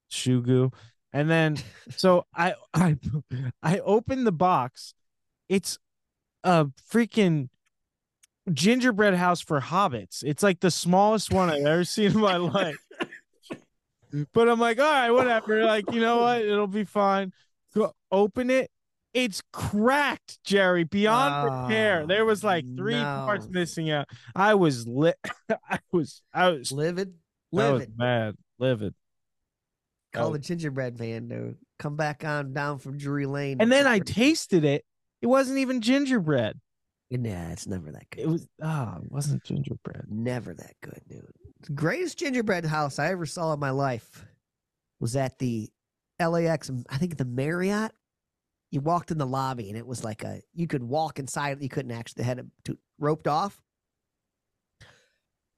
S2: Shugu. And then so I I I opened the box. It's a freaking gingerbread house for hobbits. It's like the smallest one I've ever seen in my life. But I'm like, all right, whatever. Like, you know what? It'll be fine. Go open it. It's cracked, Jerry, beyond repair.
S3: Oh,
S2: There was like three parts
S3: no.
S2: missing out. I was lit. I was I was
S3: Livid,
S2: I was
S3: livid.
S2: mad, livid.
S3: Call
S2: Oh.
S3: the gingerbread man, dude. Come back on down from Drury Lane.
S2: And then I
S3: Nah,
S2: tasted it. It wasn't even gingerbread.
S3: it's never that good.
S2: It was ah, it wasn't gingerbread.
S3: never that good, dude. The greatest gingerbread house I ever saw in my life was at the LAX, m- I think the Marriott. You walked in the lobby and it was like a you could walk inside, you couldn't actually they had it to, roped off.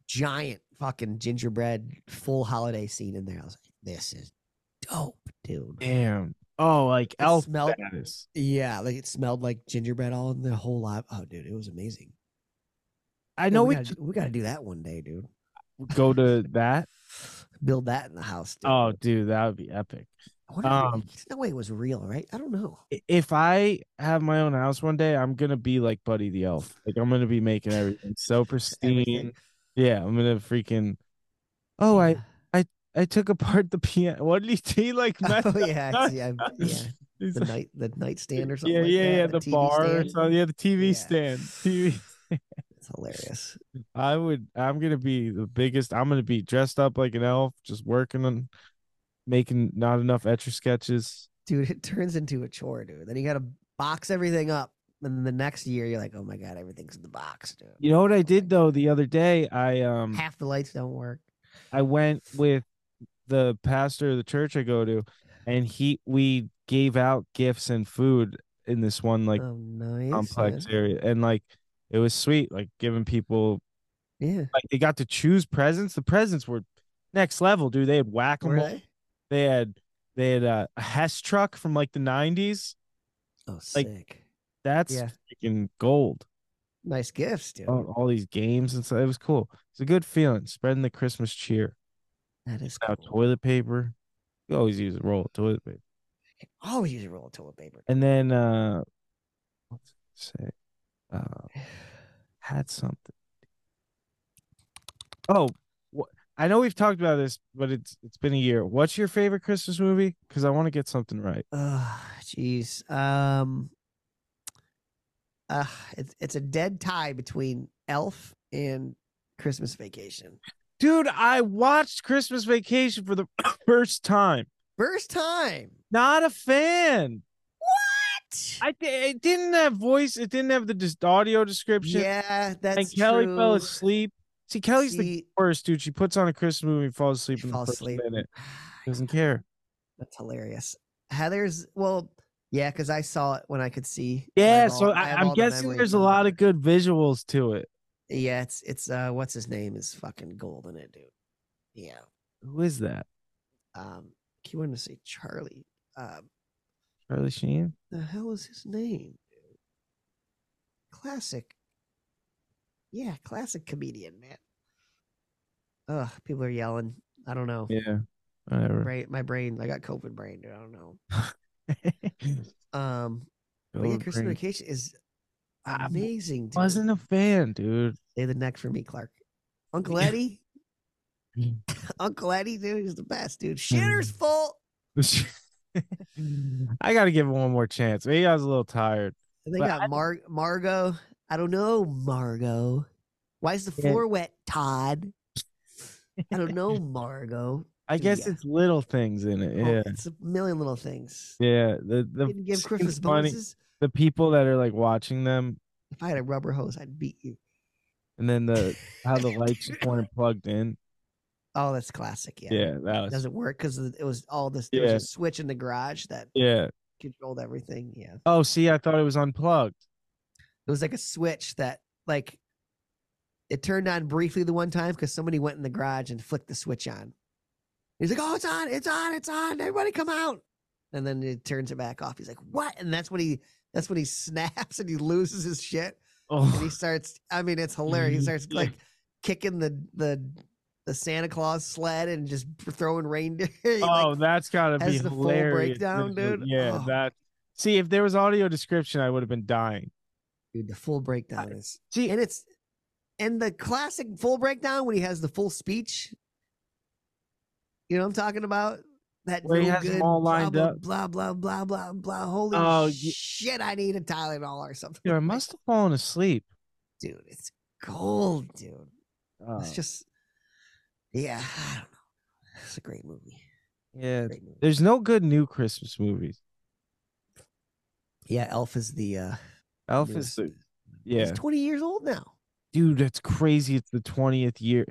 S3: Giant fucking gingerbread full holiday scene in there. I was like, this is dope, dude.
S2: Damn. Oh, like elf
S3: smelled-
S2: status.
S3: Yeah, like it smelled like gingerbread all in the whole lot. Oh, dude, it was amazing.
S2: I
S3: Oh, Yeah,
S2: know
S3: we
S2: we
S3: gotta, do- we got to do that one day, dude.
S2: could go to that.
S3: Build that in the house. Dude.
S2: Oh, dude, that would be epic.
S3: I wonder if it-
S2: um,
S3: there's no way it was real, right? I don't know.
S2: I- If I have my own house one day, I'm gonna be like Buddy the Elf. Like I'm gonna be making everything so pristine.
S3: Everything.
S2: Yeah, I'm gonna freaking. Oh, I I took apart the piano. What did he do? Like messed
S3: Oh
S2: up-
S3: yeah, I see, I, yeah.
S2: He's
S3: The
S2: like-
S3: night, the nightstand or something.
S2: yeah,
S3: like
S2: yeah,
S3: that,
S2: yeah. The,
S3: TV
S2: bar or
S3: stand.
S2: something. Yeah, the TV
S3: Yeah.
S2: stand. TV.
S3: It's hilarious.
S2: I would. I'm gonna be the biggest. I'm gonna be dressed up like an elf, just working on making not enough etcher sketches.
S3: dude, it turns into a chore, dude. Then you got to box everything up, and then the next year you're like, oh my god, everything's in the box, dude.
S2: You know what
S3: Oh
S2: I
S3: my
S2: did though the other day? I
S3: God.
S2: um
S3: Half the lights don't work.
S2: I went with the pastor of the church I go to, and he we gave out gifts and food in this one like
S3: oh nice.
S2: complex
S3: man.
S2: area, and like it was sweet, like giving people
S3: Yeah.
S2: like they got to choose presents. The presents were next level, dude. They had whack a
S3: Were
S2: mole.
S3: they?
S2: They had they had uh, a Hess truck from like the '90s.
S3: Oh,
S2: Like,
S3: sick.
S2: That's
S3: Yeah.
S2: freaking gold.
S3: nice gifts, dude.
S2: All, all these games and stuff. It was cool. It's a good feeling. Spreading the Christmas cheer.
S3: that is
S2: Now
S3: cool.
S2: toilet paper. You always use a roll of toilet paper.
S3: Always use a roll of toilet paper.
S2: And then uh what's it say? Uh had something. Oh, wh- I know we've talked about this, but it's it's been a year. What's your favorite Christmas movie? Because I want to get something right.
S3: Oh, jeez. Um, uh, it's it's a dead tie between Elf and Christmas Vacation.
S2: Dude, I watched Christmas Vacation for the first time.
S3: First time.
S2: Not a fan.
S3: Tch.
S2: I thi- it didn't have voice. It didn't have the dis- audio description.
S3: Yeah, that's
S2: and Kelly
S3: true.
S2: fell asleep. See, Kelly's the
S3: See,
S2: worst dude. She puts on a Christmas movie and falls asleep
S3: She
S2: in the
S3: falls
S2: first
S3: asleep.
S2: minute. Doesn't care.
S3: that's hilarious. Heather's well, yeah, because I saw it when I could see. so I
S2: Yeah,
S3: have
S2: so
S3: all-
S2: I,
S3: have
S2: I'm
S3: all the
S2: guessing
S3: memories
S2: there's a
S3: of
S2: lot of
S3: it.
S2: good visuals to it.
S3: Yeah, it's it's uh, what's his name is fucking gold in it, dude. Yeah,
S2: Who is that?
S3: um he wanted to say Charlie. Um
S2: Charlie Sheen.
S3: the hell is his name? dude? Classic. Yeah, classic comedian, man. Ugh, people are yelling. I don't know.
S2: Yeah. Whatever.
S3: Brain, my brain, I got COVID brain, dude. I don't know. Um, but yeah,
S2: Gold
S3: Christopher
S2: Ring.
S3: Cage is
S2: I w-
S3: amazing. Dude.
S2: Ah, Wasn't a fan, dude.
S3: Say the neck for me, Clark. Uncle
S2: Yeah.
S3: Eddie. Uncle Eddie, dude, he's the best, dude.
S2: Mm-hmm.
S3: Shitter's full.
S2: I gotta give him one more chance. Maybe I was a little tired.
S3: And they
S2: But
S3: got Mar- Margot. I don't know, Margot. Why is the
S2: Yeah.
S3: floor wet, Todd? I don't know, Margot.
S2: I guess
S3: Yeah.
S2: it's little things in it.
S3: Oh,
S2: Yeah.
S3: it's a million little things.
S2: Yeah. The the
S3: Didn't give
S2: scene's
S3: Christmas
S2: funny.
S3: bonuses.
S2: the people that are like watching them
S3: If I had a rubber hose, I'd beat you.
S2: and then the how the lights just weren't plugged in.
S3: Oh, that's classic. Yeah.
S2: Yeah, that was
S3: Doesn't work because it was all this. There
S2: Yeah.
S3: was a switch in the garage that
S2: yeah.
S3: controlled everything. Yeah.
S2: Oh, see, I thought it was unplugged.
S3: It was like a switch that like it turned on briefly the one time because somebody went in the garage and flicked the switch on. He's like, "Oh, it's on! It's on! It's on! Everybody come out!" And then it turns it back off. He's like, "What?" And that's when he that's when he snaps and he loses his shit and he
S2: Oh,
S3: starts. I mean, it's hilarious. He starts
S2: Mm-hmm. Yeah.
S3: like kicking the the the Santa Claus sled and just throwing reindeer. He, like,
S2: oh that's gotta be
S3: has the full
S2: hilarious.
S3: breakdown,
S2: isn't it?
S3: dude.
S2: Yeah,
S3: Oh.
S2: that see, if there was audio description, I would have been dying.
S3: dude, the full breakdown is
S2: See,
S3: and it's and the classic full breakdown when he has the full speech. You know what I'm talking about? That
S2: Where he
S3: real
S2: has 'em
S3: good
S2: all
S3: blah,
S2: lined
S3: blah,
S2: up.
S3: Blah blah blah blah blah. Holy
S2: Oh, ye-
S3: shit! I need a Tylenol or something.
S2: dude, I must have fallen asleep.
S3: dude. It's cold, dude.
S2: Oh,
S3: It's just, yeah. I don't know. It's a great movie.
S2: yeah.
S3: Great movie.
S2: There's no good new Christmas movies.
S3: Yeah, Elf is the. uh
S2: Elf is
S3: newest.
S2: the, yeah,
S3: He's 20 years old now.
S2: dude, that's crazy. It's the twentieth year.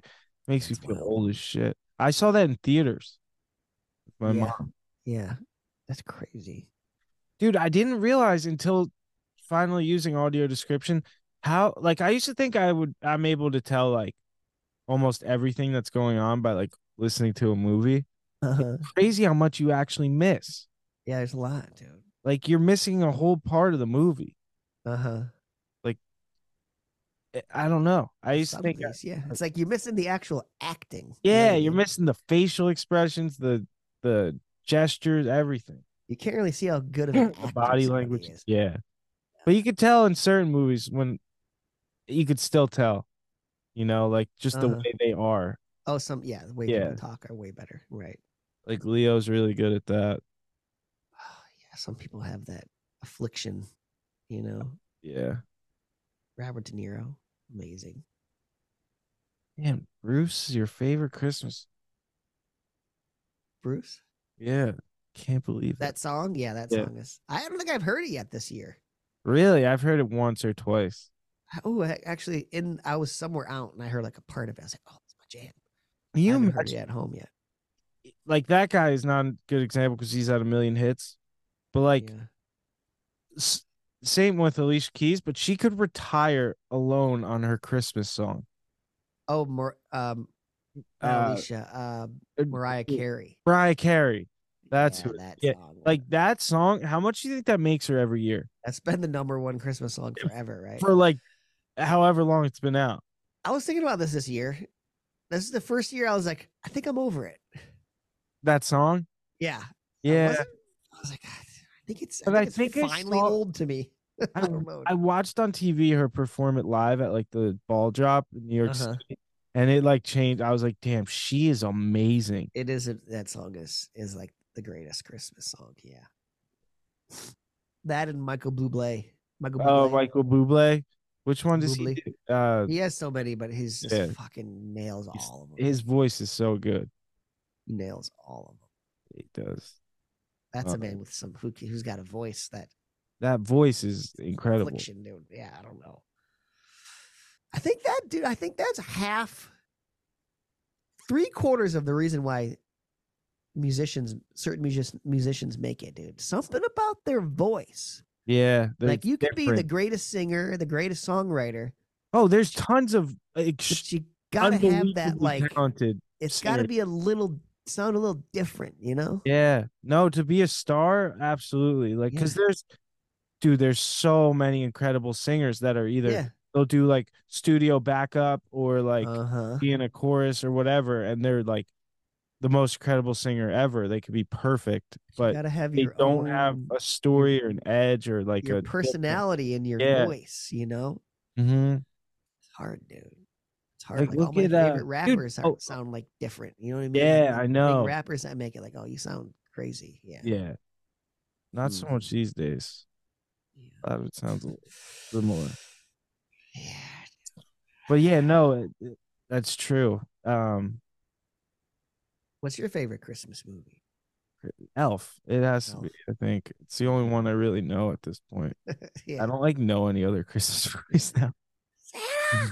S2: Makes me
S3: That's
S2: feel
S3: wild.
S2: old as shit. I saw that in theaters. with My
S3: Yeah.
S2: mom.
S3: Yeah, that's crazy.
S2: dude i didn't realize until finally using audio description how like i used to think i would i'm able to tell like almost everything that's going on by like listening to a movie
S3: Uh-huh.
S2: crazy how much you actually miss
S3: Yeah, there's a lot, dude.
S2: like you're missing a whole part of the movie
S3: Uh huh.
S2: I- i don't know i used to
S3: Some
S2: think uh,
S3: place, yeah. It's like you're missing the actual acting. you know what I
S2: yeah you're
S3: mean?
S2: missing the facial expressions the the gestures everything
S3: You can't really see how good of an
S2: the
S3: actor
S2: body
S3: somebody
S2: language
S3: is.
S2: yeah but you could tell in certain movies when you could still tell you know like just the
S3: Uh-huh.
S2: way they are
S3: Oh, some yeah. The way
S2: Yeah.
S3: people talk are way better, right?
S2: like leo's really good at that
S3: Oh, yeah, some people have that affliction. You know,
S2: yeah
S3: Robert De Niro, amazing.
S2: man bruce is your favorite christmas
S3: Bruce,
S2: yeah can't believe that
S3: that song, yeah, that
S2: Yeah.
S3: song is. I don't think I've heard it yet this year.
S2: really i've heard it once or twice
S3: Oh, actually, in I was somewhere out and I heard like a part of it. I was like, oh, it's my jam.
S2: Can
S3: I
S2: you
S3: haven't heard it
S2: imagine,
S3: at home yet.
S2: like that guy is not a good example because he's had a million hits but like
S3: Yeah.
S2: s- same with alicia keys but she could retire alone on her christmas song
S3: oh, Mar- um, not
S2: uh,
S3: Alicia,
S2: uh,
S3: uh, Mariah Carey.
S2: mariah carey that's
S3: yeah,
S2: who it-
S3: that
S2: yeah,
S3: song.
S2: like that song how much do you think that makes her every year
S3: That's been the number one Christmas song forever, right?
S2: for like however long it's been out
S3: I was thinking about this this year. This is the first year I was like, I think I'm over it.
S2: that song
S3: Yeah. I
S2: yeah
S3: wasn't- I, was like, "God, I think it's, I
S2: But
S3: think
S2: I
S3: it's
S2: think I
S3: finally
S2: saw-
S3: old to me. I
S2: I-
S3: don't know.
S2: i watched on tv her perform it live at like the ball drop in new york
S3: Uh-huh.
S2: city and it like changed i was like damn she is amazing
S3: it is a, that song is is like the greatest Christmas song. Yeah. That and Michael Bublé. Michael Bublé.
S2: oh michael buble which one does he
S3: Bublé.
S2: do? uh
S3: He has so many, but he's just
S2: Yeah.
S3: fucking nails
S2: He's-
S3: all of them.
S2: his voice is so good
S3: he nails all of them.
S2: he does
S3: That's
S2: Uh,
S3: a man with some who, can- who's got a voice that
S2: that voice is incredible
S3: affliction, dude. Yeah, I don't know. I think that, dude. I think that's half, three quarters of the reason why musicians, certain music, musicians, make it, dude. Something about their voice.
S2: yeah they're
S3: like you could be the
S2: different.
S3: greatest singer, the greatest songwriter,
S2: oh there's tons of ex-
S3: but you gotta have that
S2: unbelievably
S3: like.
S2: talented
S3: It's got to
S2: singer.
S3: be a little sound a little different, you know?
S2: Yeah. No, to be a star, absolutely. Like, because there's, dude, there's so many incredible singers that are either
S3: Yeah.
S2: they'll do like studio backup or like
S3: uh huh.
S2: be in a chorus or whatever, and they're like the most incredible singer ever. They could be perfect, but
S3: Gotta have
S2: they
S3: your
S2: don't have
S3: own-
S2: a story or an edge or like
S3: your
S2: a
S3: personality and your
S2: Yeah.
S3: voice, you know?
S2: hmm
S3: It's hard, dude. It's hard.
S2: Like,
S3: Like, all
S2: look
S3: my
S2: at, uh,
S3: favorite
S2: dude,
S3: rappers are
S2: oh,
S3: sound like different. You know what I mean?
S2: Yeah,
S3: Like,
S2: I
S3: big
S2: know.
S3: rappers that make it like, oh, you sound crazy. Yeah.
S2: Yeah. Not so
S3: Hmm.
S2: much these days.
S3: Yeah.
S2: A lot of it sounds a little more.
S3: Yeah.
S2: But yeah, no, it, it- that's true. Um,
S3: What's your favorite Christmas movie?
S2: Elf. It has to be.
S3: Elf.
S2: I think it's the only one I really know at this point.
S3: yeah.
S2: I don't like know any other Christmas movies now.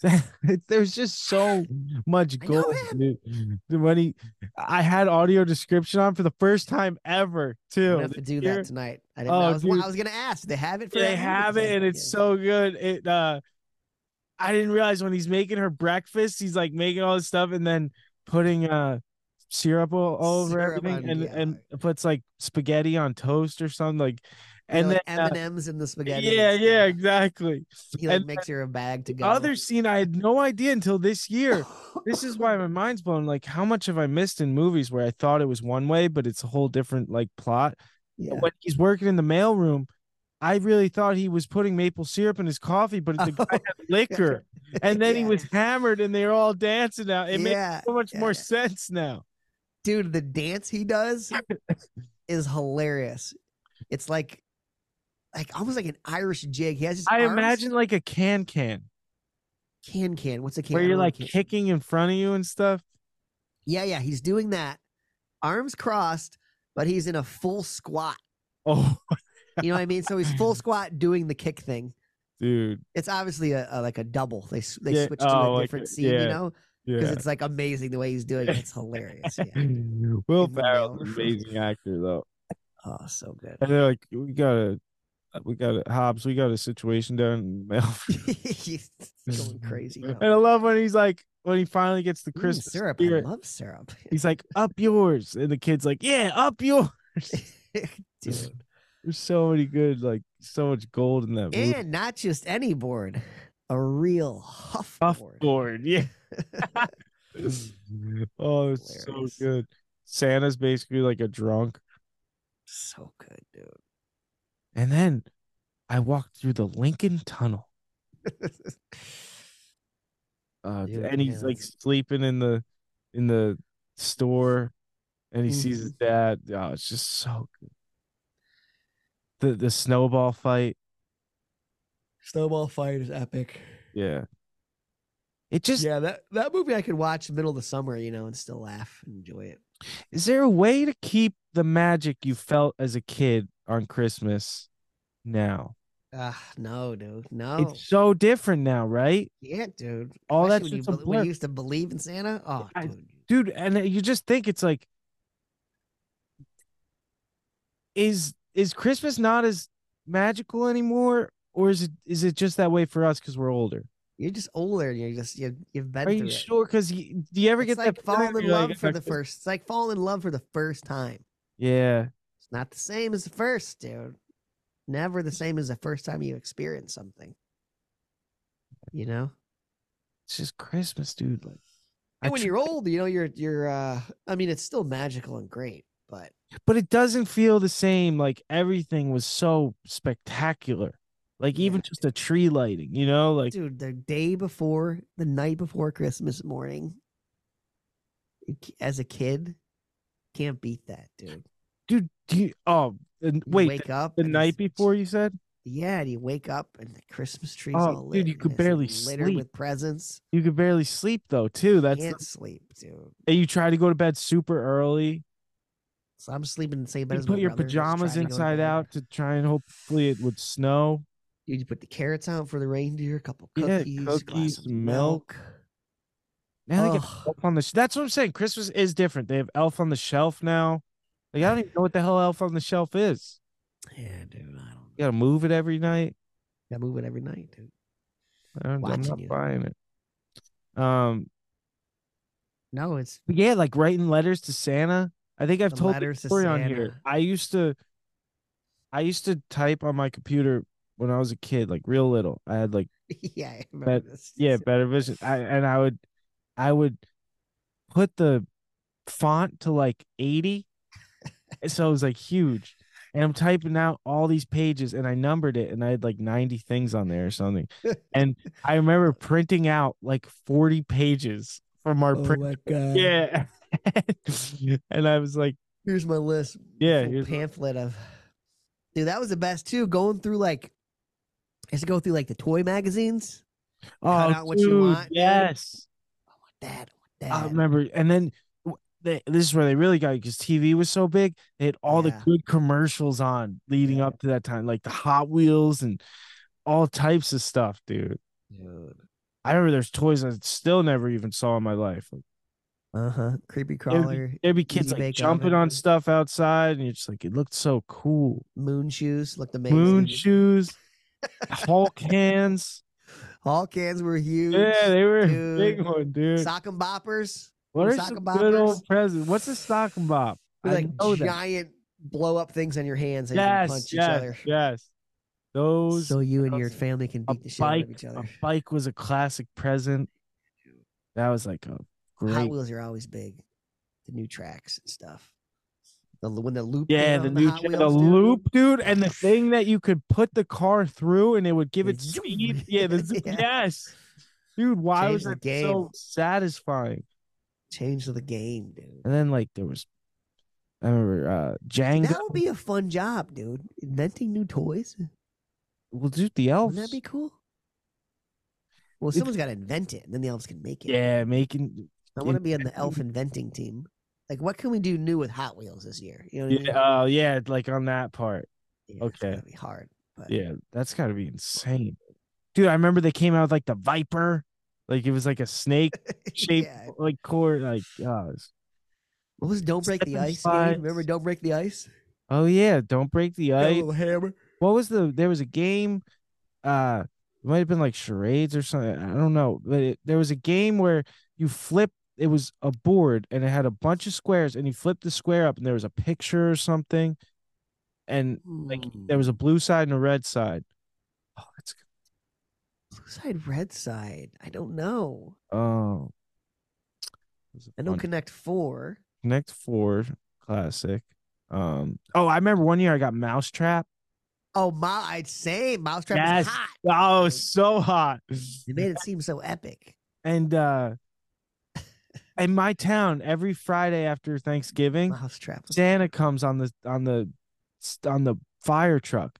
S3: Santa!
S2: There's just so much
S3: I know
S2: gold,
S3: him.
S2: dude. The money. I had audio description on for the first time ever
S3: I'm
S2: too.
S3: gonna have to do
S2: year-
S3: that tonight. I didn't.
S2: Oh,
S3: know. I was, well,
S2: dude.
S3: I was gonna ask. They have it for.
S2: They
S3: that movie?
S2: have
S3: Yeah,
S2: it, and it's
S3: yeah.
S2: so good. It. uh I didn't realize when he's making her breakfast, he's like making all this stuff and then putting uh syrup all, all over
S3: Syrup
S2: everything,
S3: on-
S2: and
S3: yeah.
S2: and puts like spaghetti on toast or something like.
S3: You
S2: And
S3: know,
S2: then
S3: like
S2: uh,
S3: M and M's in the spaghetti. and
S2: Yeah, yeah,
S3: stuff.
S2: exactly.
S3: He like
S2: and
S3: makes her a bag to go.
S2: Other scene I had no idea until this year. This is why my mind's blown. Like, how much have I missed in movies where I thought it was one way, but it's a whole different like plot?
S3: Yeah.
S2: When he's working in the mailroom, I really thought he was putting maple syrup in his coffee, but the guy
S3: Oh,
S2: had liquor, and then he
S3: yeah.
S2: was hammered, and they were all dancing out. It makes
S3: yeah.
S2: so much
S3: yeah,
S2: more
S3: yeah.
S2: sense now.
S3: dude, the dance he does is hilarious. It's like, like almost like an Irish jig. He has his
S2: I
S3: arms-
S2: imagine like a can can
S3: can can. What's a can?
S2: where
S3: I
S2: you're
S3: don't know
S2: like
S3: what a can-
S2: kicking in front of you and stuff.
S3: Yeah, yeah. He's doing that, arms crossed, but he's in a full squat.
S2: Oh,
S3: You know what I mean? So he's full squat doing the kick thing.
S2: dude,
S3: It's obviously a, a like a double. They s- they
S2: Yeah,
S3: switch to
S2: oh,
S3: a
S2: like
S3: different
S2: a-
S3: scene,
S2: yeah,
S3: you know,
S2: yeah.
S3: because it's like amazing the way he's doing it. It's hilarious. Yeah.
S2: Will
S3: Give him a
S2: Ferrell's an
S3: mail.
S2: amazing actor though,
S3: Oh, so good.
S2: and they're like, we got a, we got a Hobbs, we got a situation down in the mail.
S3: he's going crazy.
S2: and
S3: now.
S2: I love when he's like, when he finally gets the
S3: Ooh,
S2: Christmas
S3: syrup.
S2: spirit,
S3: I love syrup.
S2: he's like, up yours, and the kid's like, yeah, up yours.
S3: Dude.
S2: There's so many good, like, so much gold in that movie.
S3: And not just any board, a real huff
S2: Huff
S3: board.
S2: board, yeah. oh, it's so
S3: Hilarious.
S2: good. Santa's basically like a drunk.
S3: so good, dude.
S2: And then I walked through the Lincoln Tunnel. Uh,
S3: Dude,
S2: and he's
S3: yeah,
S2: like
S3: that's-
S2: sleeping in the in the store, and he sees
S3: Mhm.
S2: his dad. Oh, it's just so good. The the snowball fight,
S3: Snowball fight is epic.
S2: yeah. It just
S3: Yeah, that, that movie I could watch middle of the summer, you know, and still laugh and enjoy it.
S2: is there a way to keep the magic you felt as a kid on Christmas now?
S3: Ah, no, dude. No.
S2: It's so different now, right?
S3: Yeah, dude.
S2: All
S3: Oh.
S2: that's
S3: Especially when you,
S2: just a
S3: bel- when
S2: blur.
S3: you used to believe in Santa. Oh,
S2: I-
S3: dude.
S2: dude and you just think it's like is is christmas not as magical anymore or is it is it just that way for us because we're older
S3: You're just older. and You're just you. You've been.
S2: are you
S3: through it.
S2: sure because do you ever
S3: It's
S2: get
S3: like
S2: that feeling
S3: falling
S2: where
S3: in
S2: you're like,
S3: love for
S2: "Oh,
S3: the
S2: Christ-"
S3: first. It's like falling in love for the first time.
S2: yeah
S3: It's not the same as the first, dude. Never the same as the first time you experience something. You know,
S2: it's just christmas dude like I
S3: and when
S2: tr-
S3: you're old, you know you're you're. uh I mean, it's still magical and great, but
S2: but it doesn't feel the same like everything was so spectacular like
S3: Yeah.
S2: even just a tree lighting you know like
S3: dude, the day before, the night before Christmas morning, you c- as a kid, can't beat that, dude.
S2: dude do you, oh and
S3: You
S2: wait
S3: wake
S2: the,
S3: up
S2: the
S3: and
S2: night
S3: it's-
S2: before you said
S3: Yeah, and you wake up and the Christmas tree's
S2: Oh,
S3: all
S2: dude,
S3: lit.
S2: you
S3: and
S2: could
S3: it's, like,
S2: barely
S3: littered with presents.
S2: you could barely sleep though too that's the
S3: Can't sleep, dude.
S2: and you try to go to bed super early.
S3: So I'm sleeping in the same bed
S2: You
S3: as my
S2: put your
S3: brother who's trying
S2: pajamas
S3: to go to
S2: inside
S3: bed.
S2: out to try and hopefully it would snow.
S3: Dude, you put the carrots out for the reindeer, a couple
S2: Yeah,
S3: cookies,
S2: cookies,
S3: glass of
S2: milk. Now they get
S3: Ugh.
S2: Elf on the. Sh- That's what I'm saying. Christmas is different. They have Elf on the Shelf now. Like I don't even know what the hell Elf on the Shelf is.
S3: Yeah, dude, I don't.
S2: You gotta move it every night.
S3: I move it every night, dude.
S2: I don't- I'm
S3: Watching
S2: not
S3: you.
S2: buying it. Um,
S3: No, it's
S2: But yeah, like writing letters to Santa. I think I've
S3: The
S2: told the
S3: letters to
S2: story on
S3: Santa.
S2: here. I used to, I used to type on my computer when I was a kid, like real little. I had like
S3: yeah. I remember this.
S2: yeah, better vision. I and I would, I would put the font to like eighty, and so it was like huge. And I'm typing out all these pages, and I numbered it, and I had like ninety things on there or something. and I remember printing out like forty pages from
S3: Oh,
S2: our print.
S3: my god.
S2: Yeah. and I was like,
S3: Here's my list.
S2: yeah,
S3: little
S2: here's my-
S3: pamphlet of dude that was the best too going through like I used to go through like the toy magazines cut out what you want, dude.
S2: oh, Yes.
S3: that
S2: I
S3: that
S2: remember. And then w- they, this is where they really got because TV was so big. They had all
S3: Yeah.
S2: the good commercials on leading
S3: Yeah.
S2: up to that time, like the Hot Wheels and all types of stuff, dude.
S3: dude
S2: I remember there's toys I still never even saw in my life. Like,
S3: uh-huh creepy crawler
S2: there'd be kids
S3: Easy
S2: like
S3: Bake
S2: jumping
S3: Oven.
S2: on stuff outside, and you're just like, it looked so cool.
S3: moon shoes looked amazing
S2: Moon shoes, Hulk hands.
S3: all cans were huge
S2: Yeah, they were a
S3: dude.
S2: big one, dude.
S3: sock and boppers
S2: What are
S3: sock
S2: some
S3: and
S2: good
S3: boppers.
S2: old presents? What's a sock and bop?
S3: They're
S2: I
S3: like
S2: know that.
S3: giant blow up things on your hands and you can punch
S2: Yes,
S3: each
S2: yes,
S3: other
S2: yes. Those
S3: so you and your
S2: those-
S3: family can
S2: a
S3: beat the shit out
S2: bike,
S3: of each
S2: a
S3: other
S2: bike was a classic present. That was like a
S3: Hot
S2: great.
S3: Wheels are always big. The new tracks and stuff. The when the loop. came
S2: Yeah,
S3: out
S2: the
S3: on
S2: new
S3: Hot
S2: ch- the
S3: Wheels, dude.
S2: loop, dude, and the thing that you could put the car through and it would give it
S3: The zoom.
S2: speed. Yeah, the zoom.
S3: Yeah.
S2: yes, dude. Why
S3: Changed
S2: was
S3: the
S2: that so
S3: game.
S2: satisfying?
S3: Change of the game, dude.
S2: And then like there was, I remember uh Django.
S3: That would be a fun job, dude. Inventing new toys.
S2: well, dude, the elves.
S3: Wouldn't that be cool? Well,
S2: It's-
S3: someone's got to invent it, and then the elves can make it.
S2: yeah, making
S3: I want to be on the elf inventing team. Like, what can we do new with Hot Wheels this year? You know what I mean?
S2: Yeah, oh yeah, like on that part.
S3: Yeah, it's
S2: okay.
S3: gotta be hard. But
S2: Yeah, that's got to be insane, dude. I remember they came out with like the viper, like it was like a snake shaped
S3: Yeah.
S2: like cord. Like oh, it's-
S3: What was Don't Break
S2: Step
S3: the Ice?
S2: inside.
S3: Game? Remember Don't Break the Ice?
S2: oh yeah, don't break the
S3: That
S2: ice.
S3: little hammer.
S2: What was the? There was a game. Uh, it might have been like charades or something. I don't know, but it, there was a game where you flip. It was a board and it had a bunch of squares, and you flipped the square up, and there was a picture or something, and like
S3: Hmm.
S2: there was a blue side and a red side. Oh, that's
S3: Blue side, red side. I don't know.
S2: Oh.
S3: I know Connect Four.
S2: Connect Four classic. Um oh I remember one year I got Mousetrap.
S3: Oh my! I'd say Mousetrap
S2: Yes.
S3: is hot.
S2: Oh so hot.
S3: They made it seem so epic.
S2: And uh in my town every Friday after Thanksgiving,
S3: Mousetrap. was-
S2: Santa comes on the on the on the fire truck.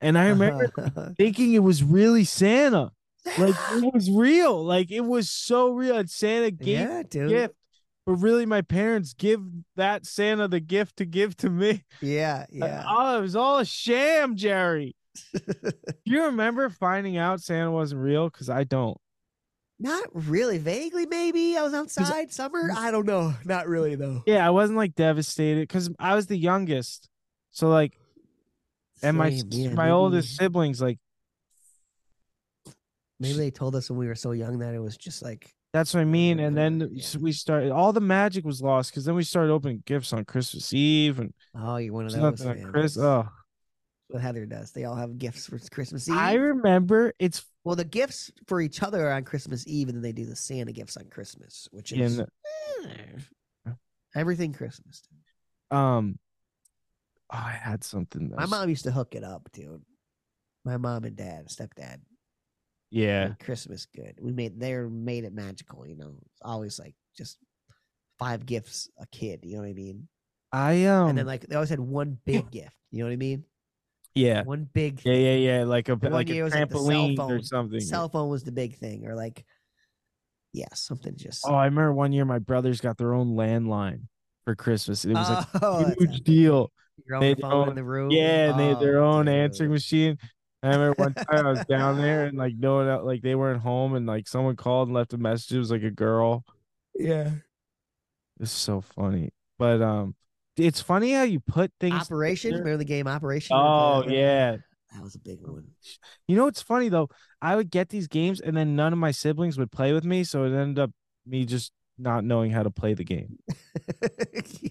S2: And I
S3: Uh-huh.
S2: remember thinking it was really Santa. Like it was real. Like it was so real. And Santa gave
S3: yeah, dude.
S2: gift. But really, my parents give that Santa the gift to give to me.
S3: Yeah, yeah.
S2: Oh, it was all a sham, Jerry. Do you remember finding out Santa wasn't real? Because I don't.
S3: Not really. Vaguely, maybe. I was outside summer. I don't know. Not really though.
S2: Yeah, I wasn't like devastated because I was the youngest. So like, and my
S3: Same, yeah,
S2: my
S3: maybe-
S2: oldest siblings like
S3: Maybe they told us when we were so young that it was just like
S2: That's what I mean.
S3: remember
S2: And
S3: that,
S2: then
S3: yeah.
S2: s- we started. All the magic was lost because then we started opening gifts on Christmas Eve and
S3: Oh, you're one of
S2: it's
S3: those.
S2: nothing on
S3: families.
S2: Chris. Oh,
S3: What Heather does. They all have gifts for Christmas Eve.
S2: I remember. It's
S3: well, the gifts for each other are on Christmas Eve, and then they do the Santa gifts on Christmas, which is eh,
S2: in
S3: everything Christmas.
S2: um. Oh, I had something. that
S3: My
S2: was-
S3: mom used to hook it up, dude. My mom and dad, stepdad,
S2: Yeah.
S3: made Christmas good. We made they made it magical, you know. It's always like just five gifts a kid, you know what I mean?
S2: I um
S3: and then like they always had one big gift, you know what I mean?
S2: yeah.
S3: One big
S2: Yeah, yeah, yeah, like a
S3: one
S2: like a
S3: year was, like, the cell
S2: trampoline or
S3: phone.
S2: something.
S3: cell phone was the big thing, or like yeah, something just
S2: oh, I remember one year my brothers got their own landline for Christmas. and It was like
S3: Oh,
S2: a
S3: that's
S2: huge
S3: epic.
S2: deal.
S3: Your
S2: They
S3: own
S2: had their
S3: phone
S2: own-
S3: in the room.
S2: Yeah, and they had their
S3: Oh,
S2: own
S3: dude.
S2: answering machine. I remember one time I was down there and like no one else, like they weren't home and like someone called and left a message. It was like a girl.
S3: Yeah.
S2: It's so funny. But um it's funny how you put things
S3: Operation.
S2: together.
S3: Remember the game Operation? with,
S2: Oh
S3: uh,
S2: yeah.
S3: That was a big one.
S2: You know what's funny though? I would get these games and then none of my siblings would play with me, so it ended up me just not knowing how to play the game.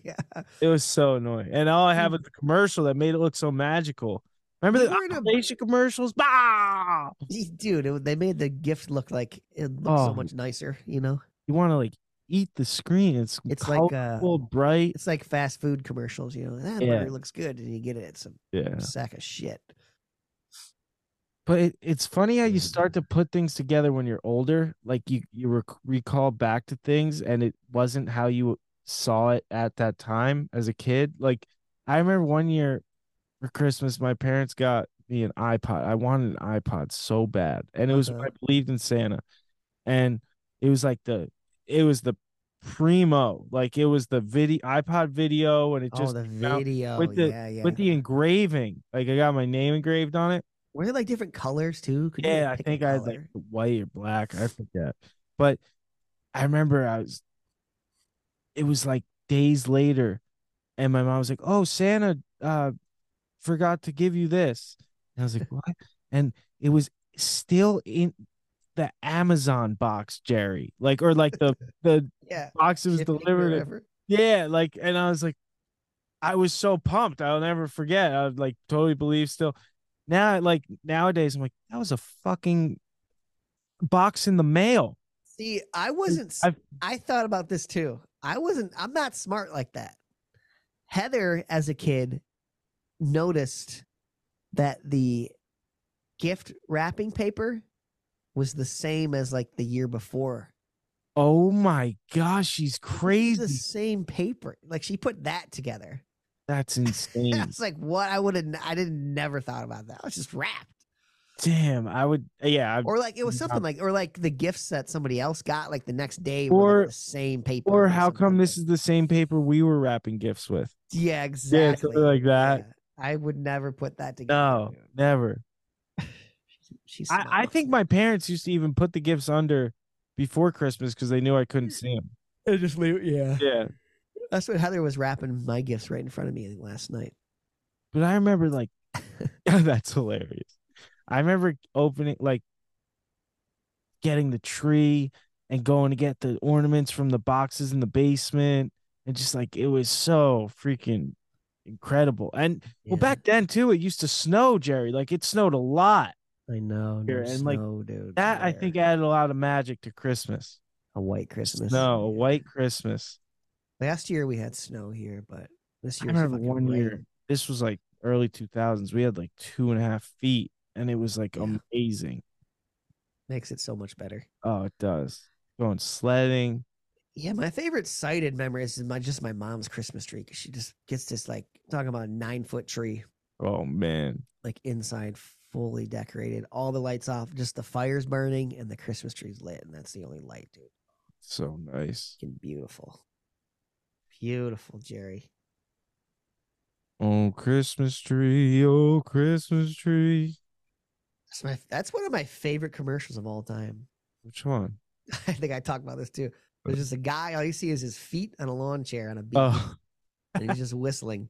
S3: yeah.
S2: It was so annoying. And all I have was the commercial that made it look so magical. Remember
S3: Mm. You
S2: the
S3: were in a-
S2: Appalachia commercials? Bah!
S3: Dude, it, they made the gift look like it looked
S2: Oh.
S3: so much nicer, you know?
S2: You want to like eat the screen. It's
S3: It's like uh
S2: colorful, bright.
S3: it's like fast food commercials, you know. That
S2: Yeah.
S3: burger looks good and you get it, it's a
S2: Yeah.
S3: sack of shit.
S2: But it, it's funny
S3: Mm-hmm.
S2: how you start to put things together when you're older. Like you you rec- recall back to things, and it wasn't how you saw it at that time as a kid. Like I remember one year for Christmas, my parents got me an iPod. I wanted an iPod so bad, and it was
S3: Uh-huh.
S2: when I believed in Santa, and it was like the it was the primo, like it was the video iPod video, and it
S3: oh,
S2: just
S3: the
S2: came out
S3: video.
S2: with the-
S3: yeah, yeah.
S2: with the engraving. Like I got my name engraved on it.
S3: Were there like different colors too? Could you,
S2: Yeah,
S3: like,
S2: I
S3: pick a
S2: think I had like
S3: color?
S2: the white or black. I forget. But I remember I was it was like days later and my mom was like, Oh, Santa uh forgot to give you this. And I was like, What? And it was still in the Amazon box, Jerry. Like or like the the
S3: yeah.
S2: box it was
S3: shipping or
S2: delivered. in.
S3: whatever.
S2: Yeah, like, and I was like, I was so pumped. I'll never forget. I would like totally believe still. Now, like nowadays, I'm like, that was a fucking box in the mail.
S3: See, I wasn't s-
S2: I've-
S3: I thought about this too. I wasn't I'm not smart like that. Heather as a kid noticed that the gift wrapping paper was the same as like the year before.
S2: Oh my gosh, she's
S3: It's
S2: crazy.
S3: The same paper. Like she put that together.
S2: That's
S3: I
S2: insane.
S3: was like, what? I would have I didn't never thought about that. It was just wrapped.
S2: Damn, I would. Yeah, I,
S3: Or like it was
S2: Yeah.
S3: something like or like the gifts that somebody else got like the next day were like
S2: Or-
S3: the same paper.
S2: or how
S3: something
S2: come
S3: like
S2: this is the same paper we were wrapping gifts with?
S3: Yeah,
S2: Yeah,
S3: exactly.
S2: something like that.
S3: Yeah, I would never put that together.
S2: No,
S3: dude.
S2: never.
S3: she's.
S2: I, I
S3: smart.
S2: think my parents used to even put the gifts under before Christmas because they knew I couldn't see them.
S3: I just leave. Yeah,
S2: Yeah,
S3: that's what Heather was wrapping my gifts right in front of me last night.
S2: But I remember like that's hilarious. I remember opening like getting the tree and going to get the ornaments from the boxes in the basement and just like it was so freaking incredible. And well
S3: Yeah,
S2: back then too it used to snow, Jerry. Like it snowed a lot.
S3: I know. No
S2: here, and, like,
S3: snow, dude.
S2: That I think
S3: there.
S2: added a lot of magic to Christmas.
S3: a white Christmas.
S2: No, a
S3: Yeah.
S2: white Christmas.
S3: Last year we had snow here, but this
S2: I
S3: year
S2: remember one year this was like early two thousands. We had like two and a half feet and it was like
S3: Yeah.
S2: amazing.
S3: makes it so much better.
S2: Oh, it does. Going sledding.
S3: Yeah, my favorite sighted memory is my just my mom's Christmas tree because she just gets this like talking about a nine foot tree
S2: Oh man.
S3: like inside fully decorated, all the lights off, just the fire's burning and the Christmas tree's lit, and that's the only light, dude.
S2: So nice.
S3: Fucking beautiful. Beautiful, Jerry.
S2: Oh Christmas tree, oh Christmas tree.
S3: That's my that's one of my favorite commercials of all time.
S2: Which one?
S3: I think I talked about this too. There's just a guy, all you see is his feet on a lawn chair on a beach,
S2: Oh
S3: and he's just whistling.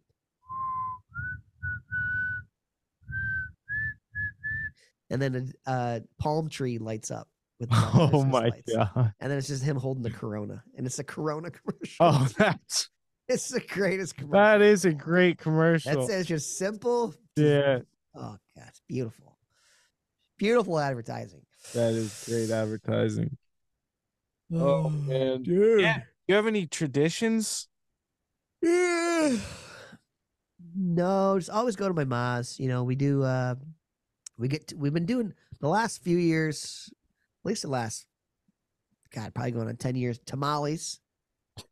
S3: And then a uh, palm tree lights up with the
S2: oh
S3: Christmas
S2: my
S3: lights.
S2: god.
S3: And then it's just him holding the Corona, and it's a Corona commercial.
S2: Oh that's
S3: It's the greatest commercial.
S2: that
S3: of
S2: is a
S3: all.
S2: great commercial.
S3: That's it's just simple. just-
S2: Yeah,
S3: Oh God, it's beautiful. Beautiful advertising.
S2: that is great advertising. Oh, man.
S3: dude.
S2: Yeah. You have any traditions?
S3: No, just always go to my ma's. You know, we do. uh We get. To, we've been doing the last few years, at least the last. God, probably going on ten years. Tamales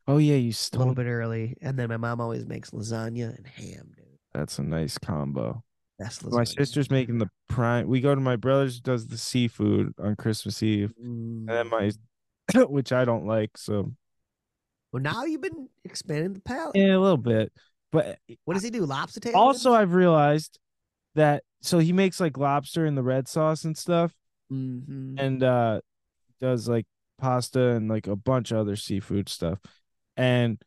S2: Oh yeah, you
S3: a little
S2: stole
S3: bit early, and then my mom always makes lasagna and ham, dude.
S2: that's a nice combo.
S3: That's
S2: My sister's making the prime we go to my brother's who does the seafood on Christmas Eve. And
S3: Mm.
S2: then my which I don't like, so
S3: Well, now you've been expanding the palate.
S2: yeah, a little bit. But
S3: What does he do? Lobster tail?
S2: also i've realized that so he makes like lobster in the red sauce and stuff
S3: mm-hmm.
S2: and uh does like pasta and like a bunch of other seafood stuff and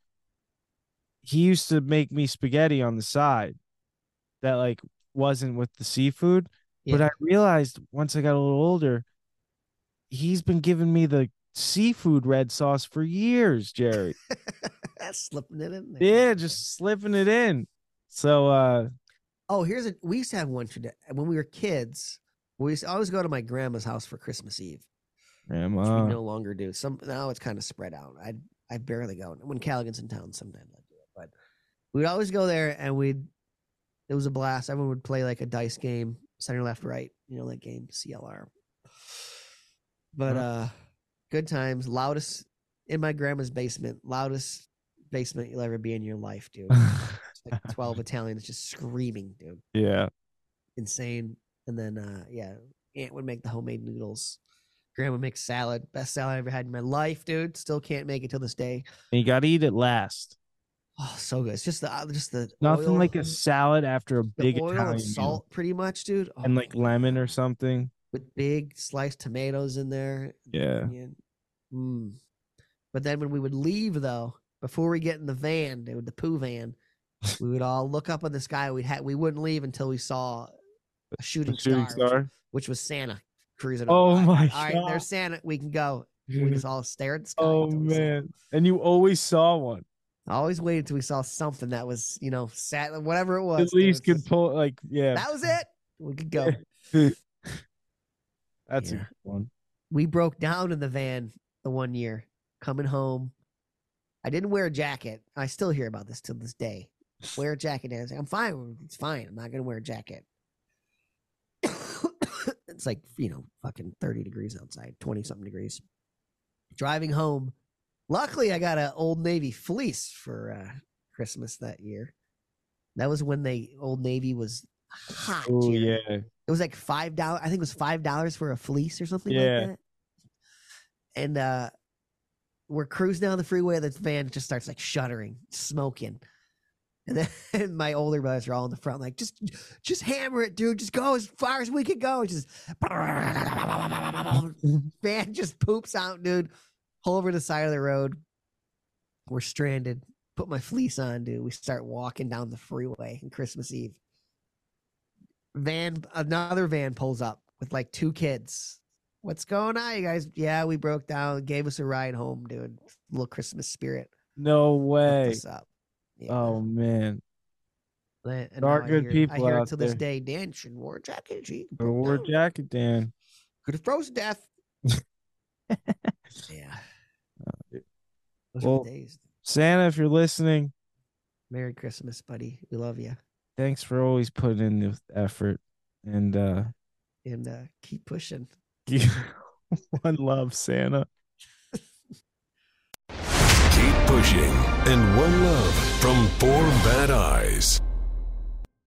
S2: he used to make me spaghetti on the side that like wasn't with the seafood but
S3: Yeah.
S2: i realized once i got a little older he's been giving me the seafood red sauce for years, Jerry.
S3: Slipping it in there.
S2: yeah, just slipping it in. So uh
S3: Oh, here's a. We used to have one today when we were kids. We used to always go to my grandma's house for Christmas Eve, which we
S2: grandma.
S3: no longer do. Some now it's kind of spread out. I I barely go when Callaghan's in town. Sometimes I do it, but we'd always go there and we'd. It was a blast. Everyone would play like a dice game, center, left, right. You know that game, CLR. But
S2: Huh.
S3: uh, good times. Loudest in my grandma's basement. Loudest basement you'll ever be in your life, dude. It's like Twelve Italians just screaming, dude
S2: yeah.
S3: insane. And then uh yeah, aunt would make the homemade noodles. Grandma makes salad, best salad I ever had in my life, dude. Still can't make it till this day.
S2: And you gotta eat it last.
S3: Oh, so good. It's just the uh, just the
S2: Nothing
S3: oil-
S2: like a salad after a
S3: the
S2: big
S3: oil
S2: Italian
S3: and
S2: meal.
S3: salt, pretty much, dude. Oh
S2: and
S3: my
S2: like lemon
S3: God.
S2: or something.
S3: with big sliced tomatoes in there.
S2: Yeah.
S3: onion. Mm. But then when we would leave though, before we get in the van, dude, the poo van, we would all look up in the sky. We'd ha- we wouldn't leave until we saw a shooting,
S2: The shooting
S3: star.
S2: star.
S3: which was Santa cruising.
S2: Oh
S3: over. All
S2: my
S3: right, All right,
S2: God.
S3: there's Santa. We can go. We just all stared at the
S2: Mm.
S3: sky.
S2: Oh
S3: until we saw-
S2: man. And you always saw one.
S3: I always waited till we saw something that was, you know, sat whatever it was.
S2: At
S3: dude,
S2: least
S3: it's
S2: could
S3: just,
S2: pull like yeah.
S3: That was it. We could go.
S2: That's a
S3: yeah.
S2: good one.
S3: we broke down in the van the one year coming home. I didn't wear a jacket. I still hear about this till this day. Wear a jacket, and I was like, I'm fine. It's fine. I'm not gonna wear a jacket. it's like you know, fucking thirty degrees outside, twenty something degrees. Driving home, luckily I got an Old Navy fleece for uh, Christmas that year. That was when they Old Navy was hot.
S2: Oh
S3: Jerry.
S2: yeah.
S3: It was like five dollars. I think it was five dollars for a fleece or something
S2: Yeah.
S3: like that. And uh we're cruising down the freeway. The van just starts like shuddering, smoking. And then and my older brothers are all in the front, like just, just hammer it, dude. Just go as far as we can go. Just van just poops out, dude. Pull over to the side of the road. We're stranded. Put my fleece on, dude. We start walking down the freeway on Christmas Eve van another van pulls up with like two kids what's going on you guys yeah we broke down gave us a ride home dude little christmas spirit
S2: No
S3: hooked
S2: way.
S3: us up Yeah.
S2: Oh man.
S3: and and
S2: there are
S3: now I
S2: good
S3: hear-
S2: people
S3: i hear
S2: out
S3: it to this
S2: there.
S3: day dan should have wore a jacket she
S2: Or wear
S3: could
S2: jacket Dan.
S3: have frozen death yeah Those were
S2: Well-
S3: the days.
S2: Santa, if you're listening,
S3: merry christmas buddy we love you
S2: thanks for always putting in the effort. And uh
S3: and uh, keep pushing
S2: one love, Santa.
S1: Keep pushing and one love from four bad eyes.